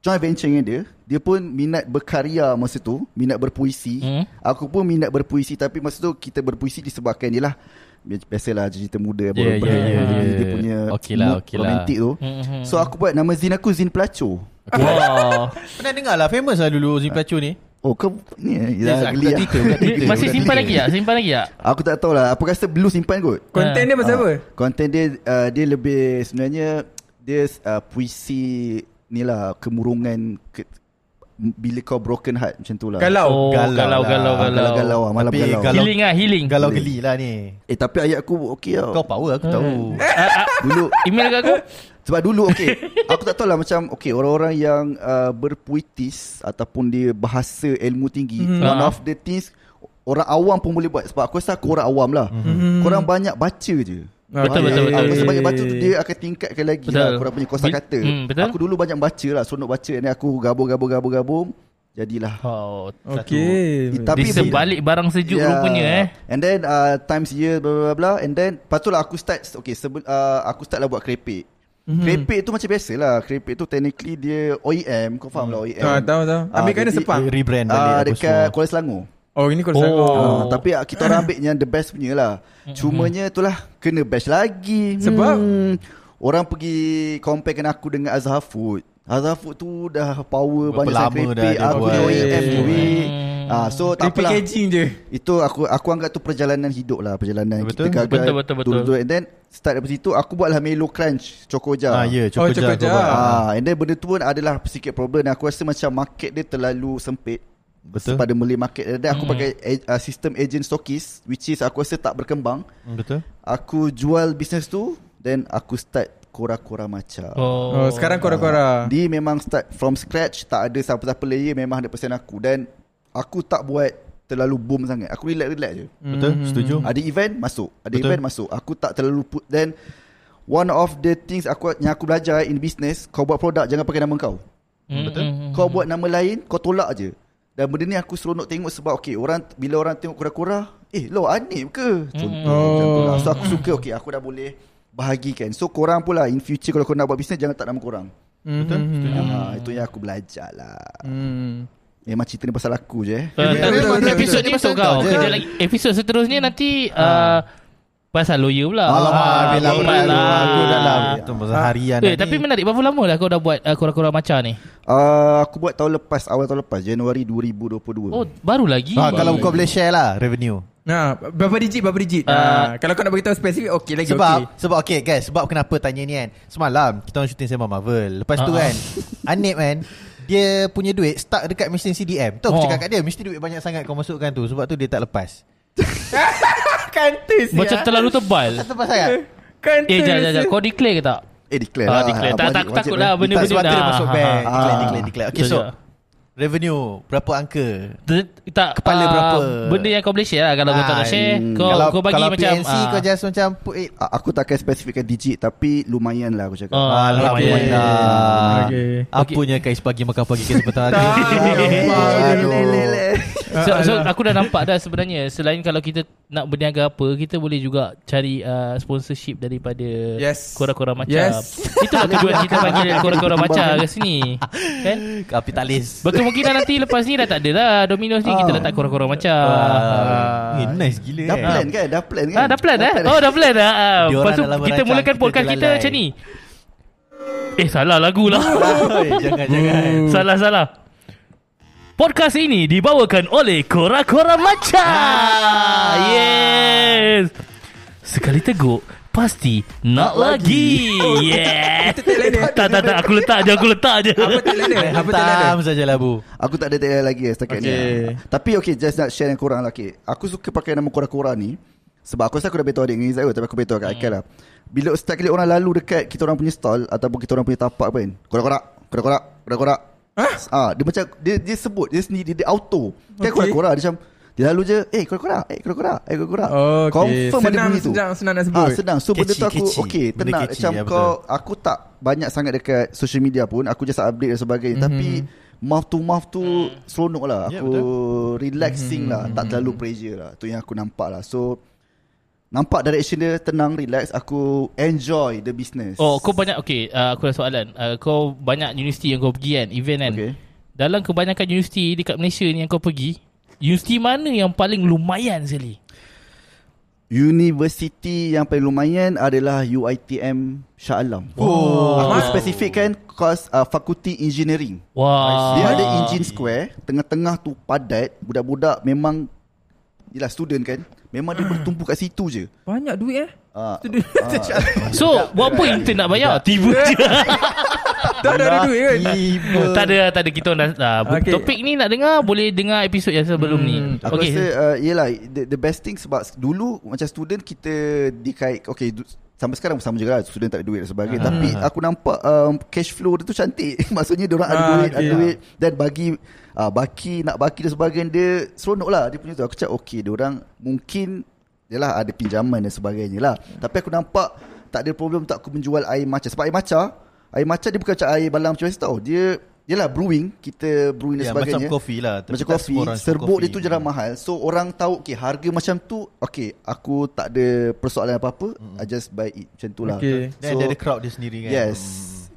S5: joint venture dengan dia. Dia pun minat berkarya masa tu, minat berpuisi.
S3: Hmm.
S5: Hmm. Aku pun minat berpuisi tapi masa tu kita berpuisi disebabkan dia lah. Biasalah cerita muda
S6: Yeah,
S5: baru-
S6: yeah,
S5: baru-
S6: yeah,
S5: dia-
S6: yeah.
S5: Dia punya
S6: ya, Okay lah,
S5: mood
S6: okay lah.
S5: romantik tu.
S3: Mhm.
S5: So aku buat nama zin aku Zin Pelacur.
S3: Wow.
S6: Pernah dengar lah Famous lah dulu Zin Pelacur ni
S5: Oh kau ni eh,
S6: Yes,
S5: dah
S6: aku
S5: geli
S6: tak
S5: ah.
S6: cerita, aku tak cerita.
S3: Dia Masih simpan lagi tak? Simpan lagi tak?
S5: Aku tak tahu lah. Aku rasa Blue simpan kot.
S4: Konten dia pasal
S5: Ah,
S4: apa?
S5: Konten dia uh, dia lebih sebenarnya dia uh, puisi ni lah kemurungan ke, bila kau broken heart macam tu lah.
S3: Oh,
S4: Galau.
S6: galau
S3: galau,
S6: lah.
S3: galau, galau.
S5: Galau-galau ah, malam
S6: Tapi
S5: galau.
S6: galau-
S3: Healing lah, healing.
S6: Galau geli lah ni
S5: Eh tapi ayat aku okey tau.
S6: Kau power aku tahu
S3: Eh.
S5: Dulu
S3: Ah, Email kat aku.
S5: sebab dulu okey. aku tak tahu lah macam okey orang-orang yang uh, berpuitis ataupun dia bahasa ilmu tinggi
S4: Mhm.
S5: mm-hmm. one
S3: Ah.
S5: of the things orang awam pun boleh buat sebab aku rasa aku orang awam lah. Mm-hmm. Korang banyak baca je.
S3: Mhm. Betul,
S5: Ah,
S3: betul,
S5: ah,
S3: betul.
S5: Aku rasa banyak baca tu dia akan tingkatkan lagi
S3: Betul.
S5: lah korang punya kosa
S3: Bil-
S5: kata.
S3: Hmm, betul.
S5: Aku dulu banyak baca lah, seronok baca ni aku gabung-gabung-gabung-gabung jadilah.
S3: Oh,
S4: Okay.
S5: Eh, tapi
S3: Di sebalik barang sejuk
S6: Ya.
S3: yeah. rupanya eh.
S5: Ya. And then uh, times year bla bla bla, bla and then patutlah aku start okay sebel, uh, aku start lah buat kerepek.
S3: Mhm.
S5: Mm-hmm. Kerepek tu macam biasalah. Kerepek tu technically dia OEM, kau faham lah OEM.
S4: Ah, tahu, tahu. Ambil kain dia sepang.
S6: Rebrand balik
S5: Ah,
S6: apa
S5: dekat
S6: semua.
S5: Kuala Selangor.
S4: Oh, ini kau
S3: Oh.
S4: sanggup.
S5: Ah, tapi ah, kita orang ambil yang the best punya lah. Cumanya itulah kena bash lagi.
S4: Sebab?
S5: Hmm, orang pergi comparekan aku dengan Azhar Food. Azhar Food tu dah power
S6: Berapa
S5: banyak sangat
S6: lama dah
S5: keripik.
S6: dia
S5: Aku
S6: buat.
S5: ni OEM
S4: Hmm.
S5: juga.
S3: Mm.
S5: Ah, so tak apalah.
S4: Repackaging je.
S5: Itu aku aku anggap tu perjalanan hidup lah Perjalanan
S6: Betul.
S5: kita gagal
S3: Betul, betul, betul.
S5: turun-turun. And then start daripada situ Aku buatlah Melo Crunch Cokoja
S6: Ah, ya, cukup
S4: Oh, cukup
S6: je aku
S4: je.
S6: buat.
S5: Ah, and then benda tu pun adalah sikit problem dan aku rasa macam market dia terlalu sempit
S6: Betul.
S5: pada Malay market and then aku pakai a- uh, sistem agent stockist which is aku rasa tak berkembang
S6: Hmm, Betul
S5: aku jual bisnes tu then aku start kora-kora macam
S4: Oh, sekarang kora-kora.
S5: dia memang start from scratch tak ada siapa-siapa layer memang 100% aku dan aku tak buat terlalu boom sangat. Aku relax-relax je.
S6: Betul?
S5: Hmm.
S6: Setuju?
S5: Ada event masuk, ada
S6: Betul.
S5: Betul. event masuk. Aku tak terlalu put then one of the things aku yang aku belajar in business, kau buat produk jangan pakai nama kau.
S3: Betul?
S5: Kau buat nama lain, kau tolak je. Dan benda ni aku seronok tengok sebab okay, orang bila orang tengok kura-kura, eh lo anib ke? Contoh oh. macam tu lah. So aku suka okay, aku dah boleh bahagikan. So korang pula in future kalau kau nak buat business jangan tak nama korang.
S6: Betul? Setuju?
S5: Ha, itu yang aku belajar lah.
S4: Hmm.
S5: Memang cerita ni pasal aku je eh.
S4: betul, betul,
S3: Episod
S6: betul.
S3: ni untuk
S6: Pasal
S3: kau
S6: kau je.
S3: Kerja lagi Episod seterusnya nanti
S6: Ha.
S3: ah, Pasal lawyer pula
S5: Alamak,
S3: Ah,
S5: bila aku
S3: berat
S5: dah-
S3: lah.
S5: aku dah lah.
S6: Itu pasal harian lah
S3: Eh, tapi menarik Berapa lama dah kau dah buat ah, Kura-kura macam ni
S5: Uh, aku buat tahun lepas, awal tahun lepas, Januari 2022.
S3: Oh baru lagi
S6: Ah, kalau kau boleh share lah revenue.
S4: Nah, berapa digit berapa digit?
S3: Ah.
S4: Uh, kalau kau nak beritahu spesifik okey
S6: Eh,
S4: lagi
S6: Sebab
S4: okey.
S6: okay. sebab okay guys, sebab kenapa tanya ni kan. Semalam kita orang syuting sembang Marvel. Lepas tu
S3: Ah, ah.
S6: kan, Anip kan dia punya duit stuck dekat mesin CDM. Tu aku
S3: Oh.
S6: cakap kat dia, mesti duit banyak sangat kau masukkan tu sebab tu dia tak lepas.
S4: Kantis
S3: Macam
S4: ya.
S3: terlalu tebal
S6: Tak lepas sangat.
S4: Kantis.
S3: Eh jap jap jap Kau declare ke tak
S5: Eh declare
S3: Ah,
S5: lah
S3: declare. Tak,
S5: Wajib-
S3: tak, aku takut
S5: wajib
S3: lah
S5: lah.
S3: benda-
S6: Tak
S3: benda
S6: sebab tu dia
S3: dah. ha.
S6: masuk bank.
S5: Ah.
S6: Declare, declare, declare. Okay, so
S3: Betul tak?
S6: revenue berapa angka?
S3: Ter- tak
S6: Kepala
S3: ah,
S6: berapa?
S3: Benda yang kau boleh share lah Kalau kau tak nak
S6: Ah,
S3: share
S5: hmm.
S3: Kau
S6: kalau,
S3: kau bagi
S6: kalau
S3: macam
S6: PNC
S3: ah,
S6: kau just macam put it.
S5: Ah, Aku takkan spesifikkan digit Tapi lumayan lah aku cakap
S3: Oh,
S5: Ah,
S3: lumayan.
S4: Okay.
S6: Apunya guys pagi makan pagi ke sebentar Ya hari.
S5: Aduh.
S3: So, so aku dah nampak dah sebenarnya Selain kalau kita nak berniaga apa Kita boleh juga cari uh, sponsorship daripada
S4: Yes.
S3: Kora-kora macam
S4: Yes.
S3: Itulah tujuan kita panggil kora-kora macam ke sini Kan?
S6: Kapitalis.
S3: Berkemungkinan nanti lepas ni dah tak ada lah Domino's ni kita letak kora-kora macam
S6: Ah. Eh, nice gila
S5: Dah
S6: eh.
S5: plan kan Dah plan kan
S3: ya. Ah, dah plan eh? Oh, dah plan dah. Ah,
S6: Dia
S3: Lepas
S6: orang
S3: tu
S6: dalam
S3: kita
S6: merancang,
S3: mulakan
S6: kita
S3: podcast kita
S6: terlalai.
S3: macam ni. Eh, salah lagu lah.
S6: Oi, jangan jangan.
S3: salah, salah. Podcast ini dibawakan oleh Kora Kora Macha. Ah. Yes. Sekali teguk, pasti nak lagi. Oh. Yeah. tak, tak, tak. Aku letak je, aku letak je.
S4: Apa
S5: Hmm.
S4: tagline dia? Apa tagline dia?
S6: Tam sajalah bu.
S5: Aku tak ada tagline lagi eh, Setakat
S4: Okay.
S5: ni Tapi okay Just nak share dengan korang lah okay. Aku suka pakai nama korang-korang ni Sebab aku rasa aku dah beritahu adik dengan Izzat kot, Tapi aku beritahu kat
S4: Hmm.
S5: Aikal lah Bila setiap kali orang lalu dekat Kita orang punya stall Ataupun kita orang punya tapak apa kan Korak-korak Korak-korak Korak-korak Ah, dia macam dia, dia sebut dia sendiri dia, dia auto. Kan
S4: Okay.
S5: korak-korak dia macam dia lalu je, eh korak-korak, eh korak-korak, eh korak-korak.
S4: Oh, okay.
S5: Confirm ada
S4: Senang,
S5: bunyi tu.
S4: senang, senang nak sebut.
S5: Ah, senang. So benda
S6: Catchy,
S5: tu aku
S6: catchy.
S5: okey,
S6: Benda
S5: tenang.
S6: catchy,
S5: Macam
S6: ya, betul.
S5: kau aku tak banyak sangat dekat social media pun. Aku just update dan sebagainya.
S3: Mhm.
S5: Mm-hmm. Tapi mouth to mouth tu seronok lah.
S6: Ya,
S5: Aku relaxing mm-hmm.
S3: Hmm.
S5: lah. Tak terlalu pressure lah. Tu yang aku nampak lah. So nampak direction dia tenang, relax. Aku enjoy the business.
S3: Oh, kau banyak okay, uh, aku ada soalan. Uh, kau banyak universiti yang kau pergi kan, event kan.
S5: Okay.
S3: Dalam kebanyakan universiti dekat Malaysia ni yang kau pergi, universiti mana yang paling lumayan sekali?
S5: Universiti yang paling lumayan adalah UiTM Shah Alam. Oh. Aku spesifikkan course uh, Fakulti Engineering.
S3: Wah.
S5: Dia ada engine square Tengah-tengah tu padat Budak-budak memang Yelah student kan Memang dia bertumpu kat situ je
S4: Banyak duit eh.
S5: Ah,
S3: So, buat apa intern nak bayar? Tiba je.
S4: Tak ada ada duit kan.
S3: tak ada, tak ada kita orang dah, dah
S4: Okay.
S3: topik ni nak dengar boleh dengar episod yang sebelum ni.
S5: Aku okay. rasa uh, Yelah the, the best thing sebab Dulu macam student kita Dikait Okay du, Sampai sekarang sama juga lah Student tak ada duit dan sebagainya
S6: Ah.
S5: uh-huh. Tapi aku nampak um, Cash flow dia tu cantik Maksudnya dia orang ada
S4: Ah,
S5: duit
S4: okay.
S5: Ada duit Dan bagi uh, Baki Nak baki dan sebagainya Dia seronok lah Dia punya tu Aku cakap okay Dia orang mungkin Yelah ada pinjaman dan sebagainya lah Tapi aku nampak Tak ada problem tak aku menjual air maca Sebab air maca Air maca dia bukan macam air balang macam biasa tau Dia Yelah brewing Kita brewing
S6: Ya,
S5: dan
S6: macam
S5: sebagainya
S6: kopi lah, tapi
S5: Macam
S6: tak
S5: kopi
S6: semua orang suka
S5: Serbuk
S6: kopi.
S5: dia tu jarang mahal So orang tahu Okay harga macam tu Okay aku tak ada Persoalan apa-apa mm-hmm. I just buy it Macam tu lah
S4: Okay.
S6: Dan dia ada crowd dia sendiri kan.
S5: Yes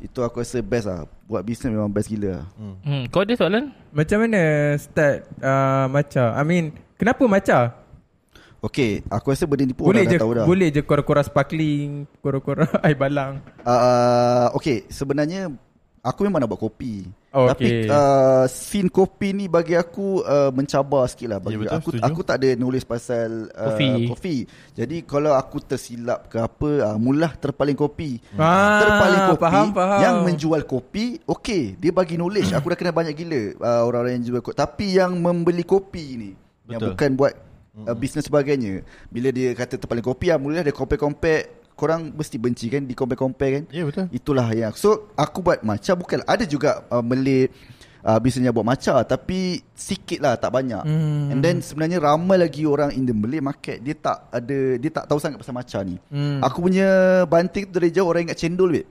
S5: Itu aku rasa best lah Buat business memang best gila lah
S6: Mm.
S3: Hmm, kau ada soalan?
S4: Macam mana start uh, Macha? I mean, kenapa Macha?
S5: Okay Aku rasa benda ni pun
S4: Boleh
S5: orang
S4: je
S5: Oh, dah tahu dah
S4: boleh je kora-kora sparkling, kora-kora air balang.
S5: uh, Okay sebenarnya Aku memang nak buat kopi
S4: Oh, okay.
S5: Tapi uh, Scene kopi ni bagi aku uh, Mencabar sikit lah bagi
S6: Ya, betul,
S5: aku,
S6: setuju.
S5: aku tak ada nulis pasal uh,
S3: Kopi.
S5: kopi Jadi kalau aku tersilap ke apa uh, Mulalah terpaling kopi
S4: Ah,
S5: Terpaling kopi
S4: faham, faham.
S5: Yang menjual kopi Okay Dia bagi knowledge Aku dah kenal banyak gila uh, Orang-orang yang jual kopi Tapi yang membeli kopi ni Betul. Yang
S6: Betul.
S5: bukan buat uh, Bisnes sebagainya Bila dia kata terpaling kopi ah, Mulalah dia compare-compare Korang mesti benci kan Di compare-compare kan
S6: Ya, betul.
S5: Itulah yang So aku buat macam bukan Ada juga uh, Malay uh, bisnesnya buat maca tapi sikit lah tak banyak mm. and then sebenarnya ramai lagi orang in the Malay market dia tak ada dia tak tahu sangat pasal maca ni mm. aku punya banting tu dari jauh orang ingat cendol weh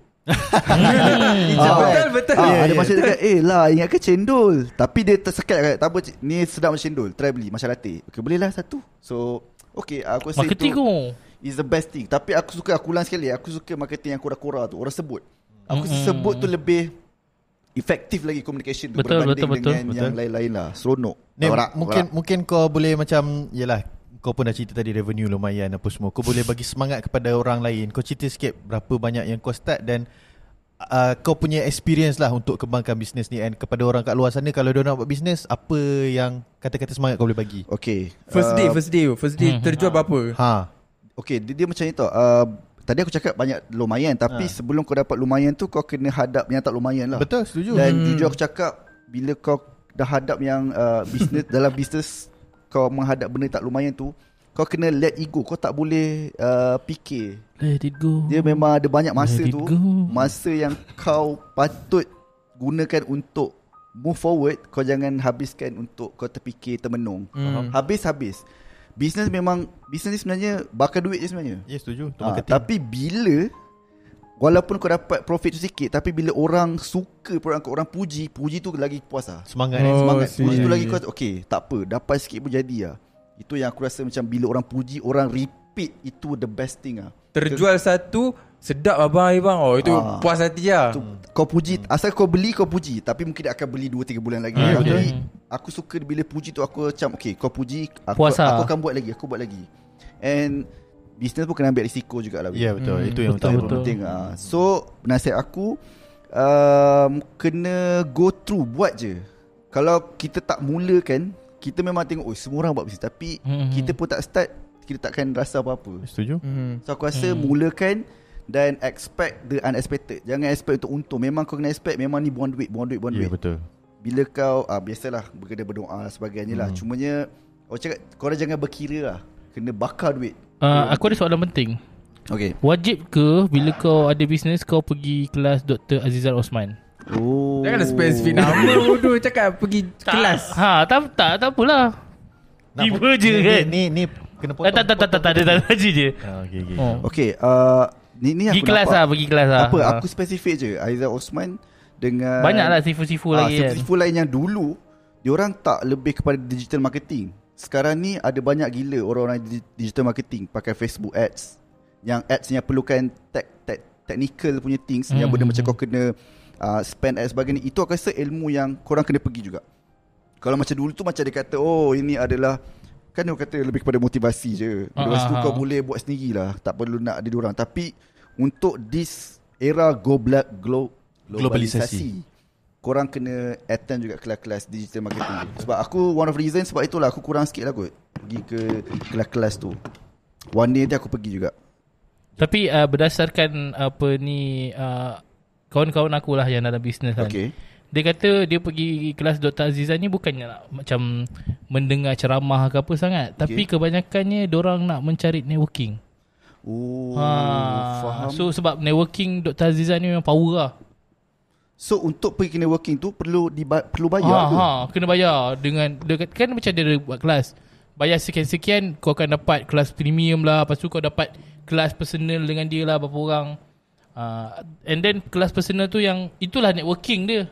S5: Ah,
S4: betul, betul.
S5: Ah,
S4: Ya,
S5: ada
S4: ya.
S5: masa dia cakap, eh lah ingat ke cendol. Tapi dia tersekat kat, tak apa, cik, ni sedap macam cendol. Try beli macam latte. Okay, boleh lah satu. So, okay, aku rasa
S3: Marketing
S5: itu
S3: kau.
S5: is the best thing. Tapi aku suka, aku ulang sekali, aku suka marketing yang kura-kura tu. Orang sebut. Aku mm-hmm. sebut tu lebih efektif lagi communication tu
S3: Betul,
S5: berbanding
S3: betul, betul,
S5: dengan
S3: betul.
S5: yang lain-lain lah. Seronok.
S6: Nek,
S5: Orang-
S6: mungkin
S5: orang-
S6: mungkin kau boleh macam yalah kau pun dah cerita tadi revenue lumayan apa semua. Kau boleh bagi semangat kepada orang lain. Kau cerita sikit berapa banyak yang kau start dan uh, kau punya experience lah untuk kembangkan bisnes ni and kepada orang kat luar sana kalau dia nak buat bisnes apa yang kata-kata semangat kau boleh bagi.
S5: Okay. uh,
S4: First day, first day. First day terjual
S5: Oh.
S4: berapa?
S6: Ha.
S5: Okay, dia, dia macam ni tau. Uh, tadi aku cakap banyak lumayan. Tapi sebelum kau dapat lumayan tu, kau kena hadap yang tak lumayan lah.
S6: Ha. Betul, setuju.
S5: Dan hmm. jujur aku cakap bila kau dah hadap yang uh, bisnes dalam bisnes kau menghadap benda tak lumayan tu, kau kena let it go. Kau tak boleh uh, fikir.
S3: Let it go.
S5: Dia memang ada banyak masa
S3: Let it
S5: tu,
S3: go.
S5: masa yang kau patut gunakan untuk move forward, kau jangan habiskan untuk kau terfikir termenung. Hmm. Habis-habis. Bisnes memang bisnes ni sebenarnya bakar duit je sebenarnya.
S6: Ya, yeah, setuju. Untuk
S5: Ha,
S6: marketing.
S5: tapi bila Walaupun kau dapat profit tu sikit Tapi bila orang suka produk kau Orang puji Puji tu lagi puas lah
S6: semangat
S4: Oh,
S6: oh, semangat.
S4: see.
S5: Puji tu
S4: Yeah,
S5: lagi
S4: yeah.
S5: kau Okay tak apa Dapat sikit pun jadi lah Itu yang aku rasa macam Bila orang puji Orang repeat Itu the best thing lah
S4: Terjual satu, sedap abang abang. Oh, itu
S5: Ah.
S4: puas hati lah.
S5: tu,
S6: Ah.
S5: Kau puji
S3: Hmm.
S5: Asal kau beli kau puji Tapi mungkin dia akan beli 2-3 bulan lagi
S6: Ya,
S3: betul.
S5: Tapi Aku suka bila puji tu Aku macam Okay kau puji aku,
S3: Puas lah.
S5: aku akan buat lagi Aku buat lagi And Business pun kena ambil risiko jugalah
S6: Ya, yeah, betul.
S3: Hmm.
S6: Itu yang
S5: Betul,
S6: utama.
S5: betul. penting ah. So nasihat aku um, Kena go through Buat je Kalau kita tak mula kan Kita memang tengok Oh semua orang buat bisnes Tapi
S3: Hmm.
S5: mm-hmm. kita pun tak start Kita takkan rasa apa-apa
S6: Setuju?
S4: Hmm.
S5: So aku rasa mm. mulakan Dan expect the unexpected Jangan expect untuk untung Memang kau kena expect Memang ni buang duit Buang duit, buang
S6: Ya, yeah,
S5: duit
S6: betul.
S5: Bila kau ah, Biasalah Berkena berdoa dan sebagainya lah Cumanya Orang cakap Korang jangan berkira lah Kena bakar duit
S3: Uh, aku ada soalan penting.
S5: Okay
S3: Wajib ke bila kau ada bisnes kau pergi kelas Dr. Azizal Osman?
S5: oh.
S4: Jangan ada spesifik nama bodoh cakap pergi kelas.
S3: Ha, tak tak tak apalah. Tiba je
S6: ni,
S3: kan.
S6: Ni, ni, ni kena
S3: Eh,
S6: potong.
S3: tak tak tak tak tak ada tak ada je.
S6: Ah, okay, okay.
S3: Oh.
S5: Okay uh, Ni, ni
S3: Pergi
S5: aku
S3: kelas
S5: nampak
S3: lah, pergi kelas lah.
S5: Apa
S3: Ha.
S5: aku spesifik je Aizah Osman Dengan
S3: Banyak lah sifu-sifu
S5: Ah,
S3: lagi kan.
S5: Sifu-sifu lain yang dulu Diorang tak lebih kepada digital marketing Sekarang ni ada banyak gila Orang-orang di- digital marketing Pakai Facebook ads Yang ads yang perlukan tech, tech, Technical punya things
S3: Hmm,
S5: Yang benda macam kau kena uh, Spend ads sebagainya Itu aku rasa ilmu yang Korang kena pergi juga Kalau macam dulu tu Macam dia kata Oh ini adalah Kan dia kata lebih kepada motivasi je Lepas tu
S3: Ah, ah, ah.
S5: kau boleh buat sendirilah Tak perlu nak ada diorang Tapi Untuk this Era global, glo, globalisasi
S6: Globalisasi.
S5: korang kena attend juga kelas-kelas digital marketing tu. Sebab aku one of the reason sebab itulah aku kurang sikit lah kot pergi ke kelas-kelas tu. One day nanti aku pergi juga.
S3: Tapi uh, berdasarkan apa ni uh, kawan-kawan aku lah yang dalam bisnes kan.
S5: Okay.
S3: Dia kata dia pergi kelas Dr. Azizan ni bukannya nak macam mendengar ceramah ke apa sangat. Tapi kebanyakannya orang nak mencari networking.
S5: Oh,
S3: Ah,
S5: faham. So,
S3: So sebab networking Dr. Azizan ni memang power lah.
S5: so untuk pergi kena working tu perlu diba- perlu
S3: ha,
S5: bayar ke?
S3: ha, kena bayar dengan dekat kan macam dia ada buat kelas. Bayar sekian-sekian kau akan dapat kelas premium lah, lepas tu kau dapat kelas personal dengan dia lah berapa orang. Uh, and then kelas personal tu yang itulah networking dia.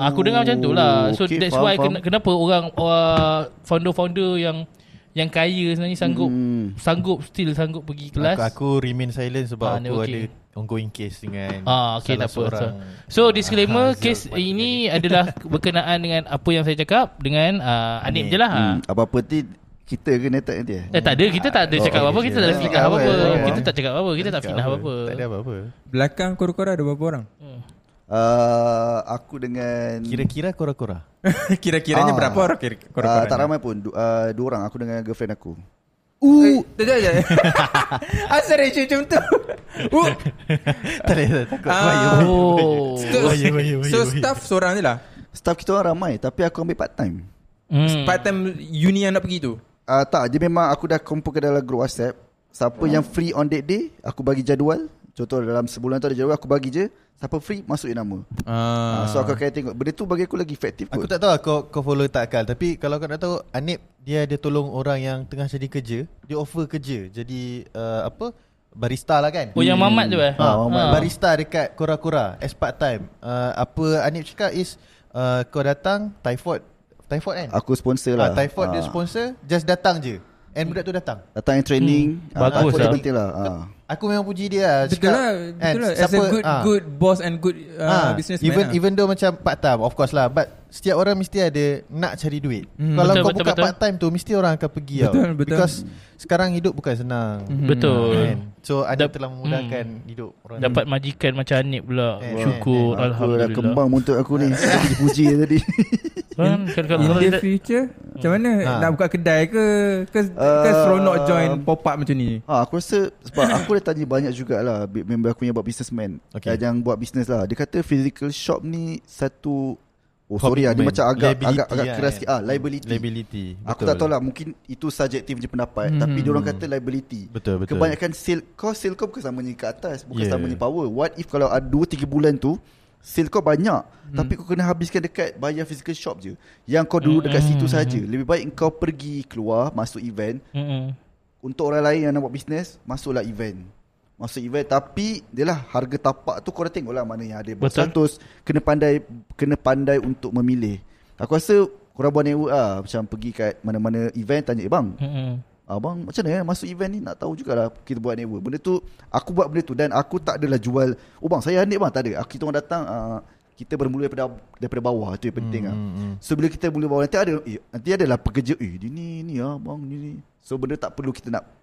S3: Oh, aku dengar macam tu lah. So okay, that's why kena,
S5: faham.
S3: kenapa orang uh, founder-founder yang yang kaya sebenarnya sanggup hmm. sanggup still sanggup pergi kelas.
S6: Aku, aku remain silent sebab ah,
S3: Ah,
S6: aku
S3: networking.
S6: okay. ada ongoing case dengan
S3: Ah, okay, tak apa. So,
S6: seorang
S3: so disclaimer,
S6: Ah,
S3: kes
S6: Zul.
S3: ini adalah berkenaan dengan apa yang saya cakap dengan uh, Anip je lah.
S5: Hmm, apa-apa ti kita ke netak nanti eh?
S3: Eh tak ada, kita tak ada
S6: Oh,
S3: cakap
S6: okay,
S3: apa-apa,
S6: okay.
S3: kita tak ada
S5: Tak
S3: fitnah
S5: cakap
S3: apa-apa.
S5: apa, eh.
S3: Kita tak cakap apa-apa, kita tak
S6: Cakap
S3: fitnah apa-apa.
S6: Tak ada apa-apa.
S4: Belakang kura-kura ada berapa orang?
S5: Uh, aku dengan
S6: Kira-kira kura-kura.
S4: Kira-kiranya
S5: Ah.
S4: berapa orang kira
S5: uh,
S4: kura-kura?
S5: tak ramai pun du- uh, dua orang aku dengan girlfriend aku.
S4: Uh, Sekejap, sekejap. Asal ratio macam tu?
S5: Oh.
S4: Uh.
S6: tak ada tak takut. ya
S4: Ah.
S6: Bahaya, bahaya, bahaya.
S3: Oh.
S4: So,
S6: Bahaya, bahaya, bahaya,
S4: so
S6: bahaya.
S4: staff seorang je lah.
S5: Staff kita orang ramai tapi aku ambil part time.
S3: Hmm.
S4: Part time uni yang nak pergi tu.
S5: Uh,
S6: Hmm.
S5: tak, dia memang aku dah kumpul ke dalam grup WhatsApp. Siapa yang free on that day, aku bagi jadual. Contoh dalam sebulan tu ada jadual Aku bagi je Siapa free masukin nama
S4: Ah.
S5: uh. So aku akan tengok Benda tu bagi aku lagi efektif
S6: Aku
S5: kot
S6: tak tahu lah kau, kau follow tak Akal Tapi kalau kau nak tahu Anip dia ada tolong orang yang tengah jadi kerja Dia offer kerja Jadi uh, apa Barista lah kan
S3: Oh yang mamat tu eh
S6: ha,
S5: Ah,
S6: ha. Barista dekat Kora-Kora As part time uh, Apa Anip cakap is uh, Kau datang Typhoid Typhoid kan
S5: Aku sponsor
S6: Ah,
S5: lah
S6: Typhoid
S5: Ah.
S6: dia sponsor Just datang je And budak tu datang
S5: Datang yang training
S3: Hmm,
S5: Ah,
S3: bagus
S5: Typhoid dia
S3: lah.
S5: penting lah Ah.
S6: Aku memang puji dia lah
S4: Betul lah,
S6: kan,
S4: betul lah. As a
S6: siapa-
S4: good
S6: ah.
S4: good boss and good
S6: Ah,
S4: uh, businessman.
S6: even
S4: lah.
S6: even though macam part time of course lah but setiap orang mesti ada nak cari duit. Mm.
S4: Hmm.
S6: Kalau betul,
S3: Betul,
S6: kau
S3: betul,
S6: buka
S3: betul.
S6: part time tu mesti orang akan pergi tau.
S4: Betul, betul. Hmm.
S6: Because sekarang hidup bukan senang. Mm.
S3: Hmm. Betul
S6: Kan? So ada
S3: Dap- hmm.
S6: telah memudahkan hidup orang.
S3: Dapat majikan macam Anip pula
S6: Eh,
S3: Syukur
S5: Aku dah
S3: Alhamdulillah
S5: lah, kembang untuk aku ni Aku dipuji tadi
S3: Kan kalau- kalau-
S4: In
S3: kalau
S4: the
S3: tak-
S4: future Macam mana
S6: Ha.
S4: Nak buka kedai ke Ke, uh, ke
S5: Ah.
S4: seronok join Pop up macam ni
S5: Ha, aku rasa sebab aku dah tanya banyak jugalah bi- member aku yang buat businessman.
S6: Okay.
S5: Okay. Yang buat business lah. Dia kata physical shop ni satu Oh sorry lah Dia macam agak
S6: Liability
S5: agak, agak
S6: lah,
S5: keras
S6: kan?
S5: sikit ah, liability.
S6: Liability.
S5: Aku tak tahu lah Mungkin itu subjektif je pendapat hmm. Tapi diorang kata liability
S6: Betul, betul.
S5: Kebanyakan sale Kau sale kau bukan samanya ke atas Bukan
S6: Yeah.
S5: yeah. samanya power What if kalau ada 2-3 bulan tu Sale kau banyak hmm. Tapi kau kena habiskan dekat Bayar physical shop je Yang kau
S6: Hmm,
S5: dulu dekat situ saja. Lebih baik kau pergi keluar Masuk event
S3: Mm-mm.
S5: Untuk orang lain yang nak buat bisnes Masuklah event Masuk event Tapi Yelah harga tapak tu Korang tengok lah Mana yang ada
S3: Betul.
S5: Betul Kena pandai Kena pandai untuk memilih Aku rasa Korang buat network lah Macam pergi kat Mana-mana event Tanya eh bang
S3: Mm-mm.
S5: Abang macam mana eh Masuk event ni Nak tahu jugalah Kita buat network Benda tu Aku buat benda tu Dan aku tak adalah jual Oh bang saya Hanif bang Tak ada Aku- Kita orang datang uh, Kita bermula daripada Daripada bawah Itu yang penting hmm, lah So bila kita mula bawah Nanti ada eh, Nanti adalah pekerja Eh dia ni ni ah, bang ni ni So benda tak perlu kita nak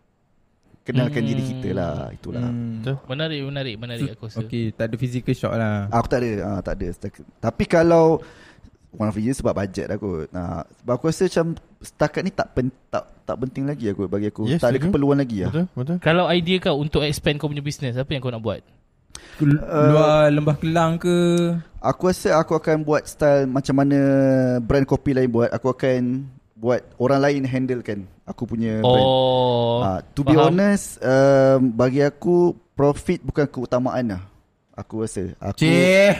S5: Kenalkan hmm. diri kita lah Itulah hmm.
S3: Menarik menarik Menarik aku rasa
S4: Okay Tak ada physical shop lah
S5: Aku tak ada ah, Tak ada Setakat- Tapi kalau One of the reason sebab bajet lah kot ah, Sebab aku rasa macam Setakat ni tak pen, tak, tak penting lagi aku Bagi aku
S6: Yes,
S5: Tak ada
S6: setuju.
S5: keperluan lagi lah
S6: Betul, betul.
S3: Kalau idea kau untuk expand kau punya business Apa yang kau nak buat?
S4: Lu- Luar Lembah Kelang ke
S5: Aku rasa aku akan buat style macam mana brand kopi lain buat. Aku akan buat orang lain handlekan aku punya brand.
S3: Oh
S5: Ah, to be
S3: faham.
S5: honest, um, bagi aku profit bukan keutamaan lah. Aku rasa. Aku
S4: Cik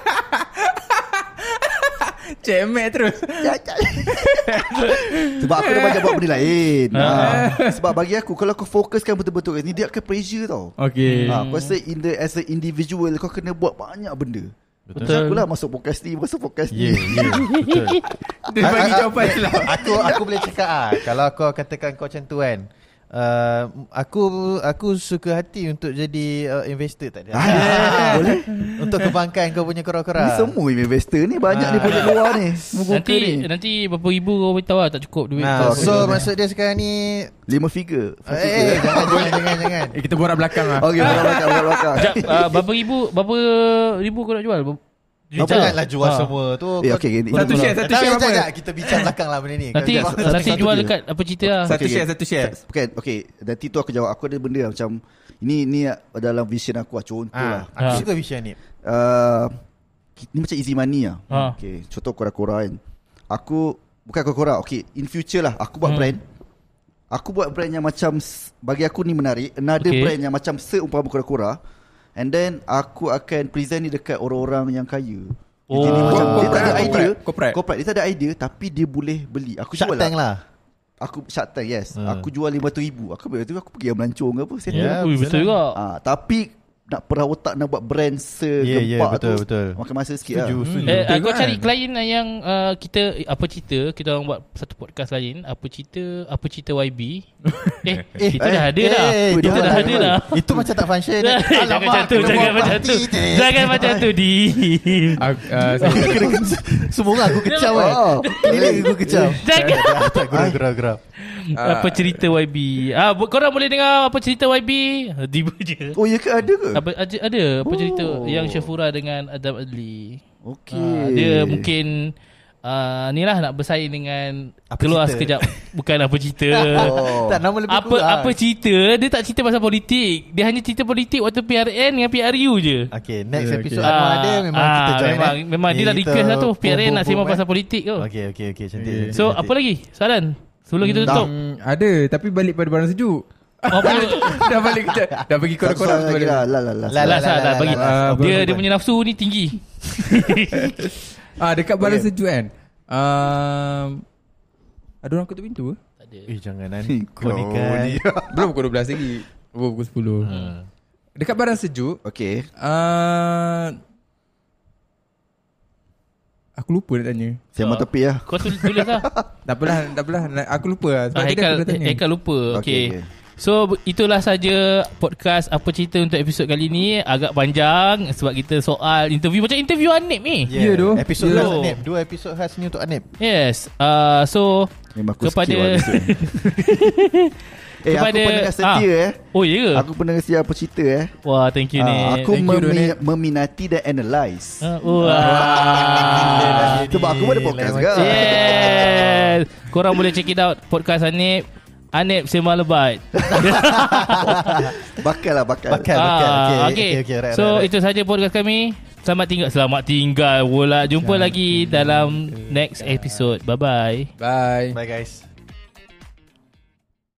S4: Cik Mac terus
S5: sebab aku dah banyak buat benda lain. ha. Sebab bagi aku kalau kau fokuskan betul-betul kat sini dia akan pressure tau.
S4: Okay
S5: Ha, aku rasa in the, as an individual kau kena buat banyak benda.
S6: Betul.
S5: Betul. Macam aku lah masuk podcast ni, masuk podcast
S6: Yeah,
S5: ni.
S6: yeah, betul.
S4: Dia bagi jawapan lah
S6: aku aku boleh cakap ah kalau aku katakan kau macam tu kan. Uh, aku aku suka hati untuk jadi uh, investor tak ada.
S5: Ah, boleh.
S6: untuk kembangkan kau punya
S5: Ni
S6: kora-kora.
S5: semua investor ni banyak
S3: Ah.
S5: ni projek luar ni. Muka
S3: Nanti
S5: ni.
S3: nanti berapa ribu kau beritahu lah Tak cukup duit
S6: Nah,
S3: kau.
S5: Oh, okay,
S6: Ah, so
S5: okay.
S6: maksud dia sekarang ni
S5: Lima figure. Four
S6: Eh, eh,
S5: figure.
S6: jangan, jangan, jangan, jangan.
S4: Eh kita borak belakang lah
S5: Okey, belakang belakang belakang, belakang.
S3: Sekejap uh, Berapa ribu Berapa ribu kau nak jual? Ber-
S6: Kau
S3: juta?
S6: janganlah kan lah jual
S3: Ah.
S6: semua tu.
S5: Eh,
S6: Kau-
S5: okey, okey.
S4: Satu
S5: Ini-
S6: Eh,
S4: share Satu
S6: tak,
S4: share
S6: jangan,
S4: apa
S6: jangan. Kita bincang belakang lah benda ni.
S3: Nanti
S6: Kau-
S5: satu-
S3: nanti
S5: satu
S3: jual
S5: je.
S3: dekat apa cerita lah
S4: Satu
S5: Okey,
S4: share
S5: okey.
S4: Satu share
S5: Sa- Bukan, okey. Nanti tu aku jawab. Aku ada benda yang macam ini ni dalam vision aku lah contoh
S6: Ah,
S5: lah.
S6: aku
S3: Ah.
S6: suka Bishan ni.
S5: Uh, ni macam easy money lah.
S3: Ah.
S5: Okey, contoh kora-kora kan. Aku bukan kora-kora. Okey, in future lah aku buat brand. Aku buat brand yang macam s- bagi aku ni menarik. Another
S3: Okey.
S5: brand yang macam seumpama kora-kora. And then aku akan present ni dekat orang-orang yang kaya.
S3: Oh.
S5: Dia, macam, dia tak ada
S4: Corporate,
S5: idea.
S4: corporate, corporate.
S5: Dia tak ada idea tapi dia boleh beli. Aku
S6: Shark
S5: jual
S6: Tank lah.
S5: Aku Shark Tank yes
S6: Ha.
S5: Aku jual RM500,000 Aku berkata aku pergi yang melancong ke apa Settle
S6: Ya,
S5: yeah.
S3: Ui, betul juga
S5: ha, Tapi nak perah otak nak buat brand segempak
S6: Ya, ya, betul,
S5: tu
S6: betul.
S5: Makan masa sikit
S6: Setuju,
S5: lah
S6: setuju.
S3: Eh,
S4: Betul
S3: aku
S4: kan?
S3: cari klien lah yang uh, kita eh, apa cerita kita orang buat satu podcast lain apa cerita apa cerita YB. Eh, eh itu dah ada dah.
S5: eh,
S3: Itu
S5: dia
S3: dah
S5: dah
S3: ada
S5: ada.
S3: dah.
S6: Itu macam tak function.
S3: Eh, Jangan macam tu, jangan macam tu. Jangan macam tu di.
S4: Ah, ah, saya-
S6: Semua orang aku kecam kan.
S5: Oh,
S6: Lirik aku kecam. Eh,
S3: Jangan
S6: Tak, gurau, gurau, gurau.
S3: apa cerita YB. Ah bu- korang boleh dengar apa cerita YB. Tiba je.
S5: Oh ya ke ada ke?
S3: Apa ada, ada apa cerita
S5: Oh.
S3: yang Syafura dengan Adam Adli.
S5: Okey
S3: Okay. Ah, dia mungkin uh, ni lah nak bersaing dengan
S6: Apa
S3: keluar
S6: cerita?
S3: sekejap bukan apa cerita.
S5: Oh.
S6: Tak, nama lebih
S3: apa
S6: kurang.
S3: apa cerita dia tak cerita pasal politik. Dia hanya cerita politik waktu PRN dengan PRU je.
S6: Okay, next
S4: Okay.
S6: episode Anwar ada memang
S3: ah,
S6: kita join.
S3: memang,
S6: eh.
S3: memang dia dah
S6: Kita
S3: request lah tu
S6: boom,
S3: PRN
S6: boom,
S3: nak sembang
S6: boom,
S3: pasal
S6: eh.
S3: politik tu.
S6: Okay, okay, okay. Cantik.
S4: Okay.
S6: cantik,
S3: So
S6: cantik.
S3: apa lagi? Saran sebelum kita tutup.
S4: Hmm, Ada Tapi balik pada barang sejuk
S3: Oh, perlu-
S4: Dah balik kita Dah bagi korang-korang
S5: lagi lah. Lah, lah, lah.
S6: Lah,
S3: Last lah, dah bagi.
S6: last.
S4: Ah,
S3: Dia dia
S4: betul.
S3: punya nafsu ni tinggi.
S4: Ah dekat barang sejuk kan. Um, ada orang ketuk pintu ke?
S6: Eh jangan kan Kau
S5: Kau
S6: ni kan
S5: ni.
S4: Belum pukul 12 lagi. Oh, pukul 10. Hmm. Dekat barang sejuk,
S5: Okay.
S4: uh, aku lupa nak tanya.
S5: Sembang
S3: Ah.
S5: tepi lah.
S3: Kau tul- tulis lah.
S4: Tak apalah, tak apalah. nak- Aku lupa lah. Sebab
S3: Ah,
S4: tadi aku
S3: Haikal,
S4: dah tanya.
S3: Haikal lupa.
S5: Okey,
S3: Okay. okay.
S5: okey.
S3: So bu- itulah saja podcast apa cerita untuk episod kali ni agak panjang sebab kita soal interview macam interview Anip ni. Yeah.
S4: Ya, doh.
S6: Episod
S4: Ya.
S6: khas Anip Dua episod khas ni untuk Anip
S3: Yes. Uh, so
S5: Memang aku
S3: kepada
S5: skip lah episod ni. Eh, aku
S3: Kepada-
S5: pendengar setia eh.
S3: Oh ya ke?
S5: Aku pendengar setia apa cerita eh.
S3: Wah, thank you
S5: Ah,
S3: ni.
S5: aku
S4: Thank you,
S5: memi-
S4: Donate.
S5: meminati dan analyse.
S3: Ah, wah.
S5: Ah, Sebab aku ada podcast kan.
S3: Yes. Korang boleh check it out podcast Anip. Anip Sembang Lebat.
S5: Bakal lah, bakal.
S6: Bakal, bakal
S3: Ah,
S6: Okay, okay,
S3: okay.
S6: okay right,
S3: So
S6: right, right.
S3: itu saja podcast kami. Selamat tinggal. Selamat tinggal pula. Jumpa lagi dalam next episode. Bye bye.
S4: Bye.
S6: Bye guys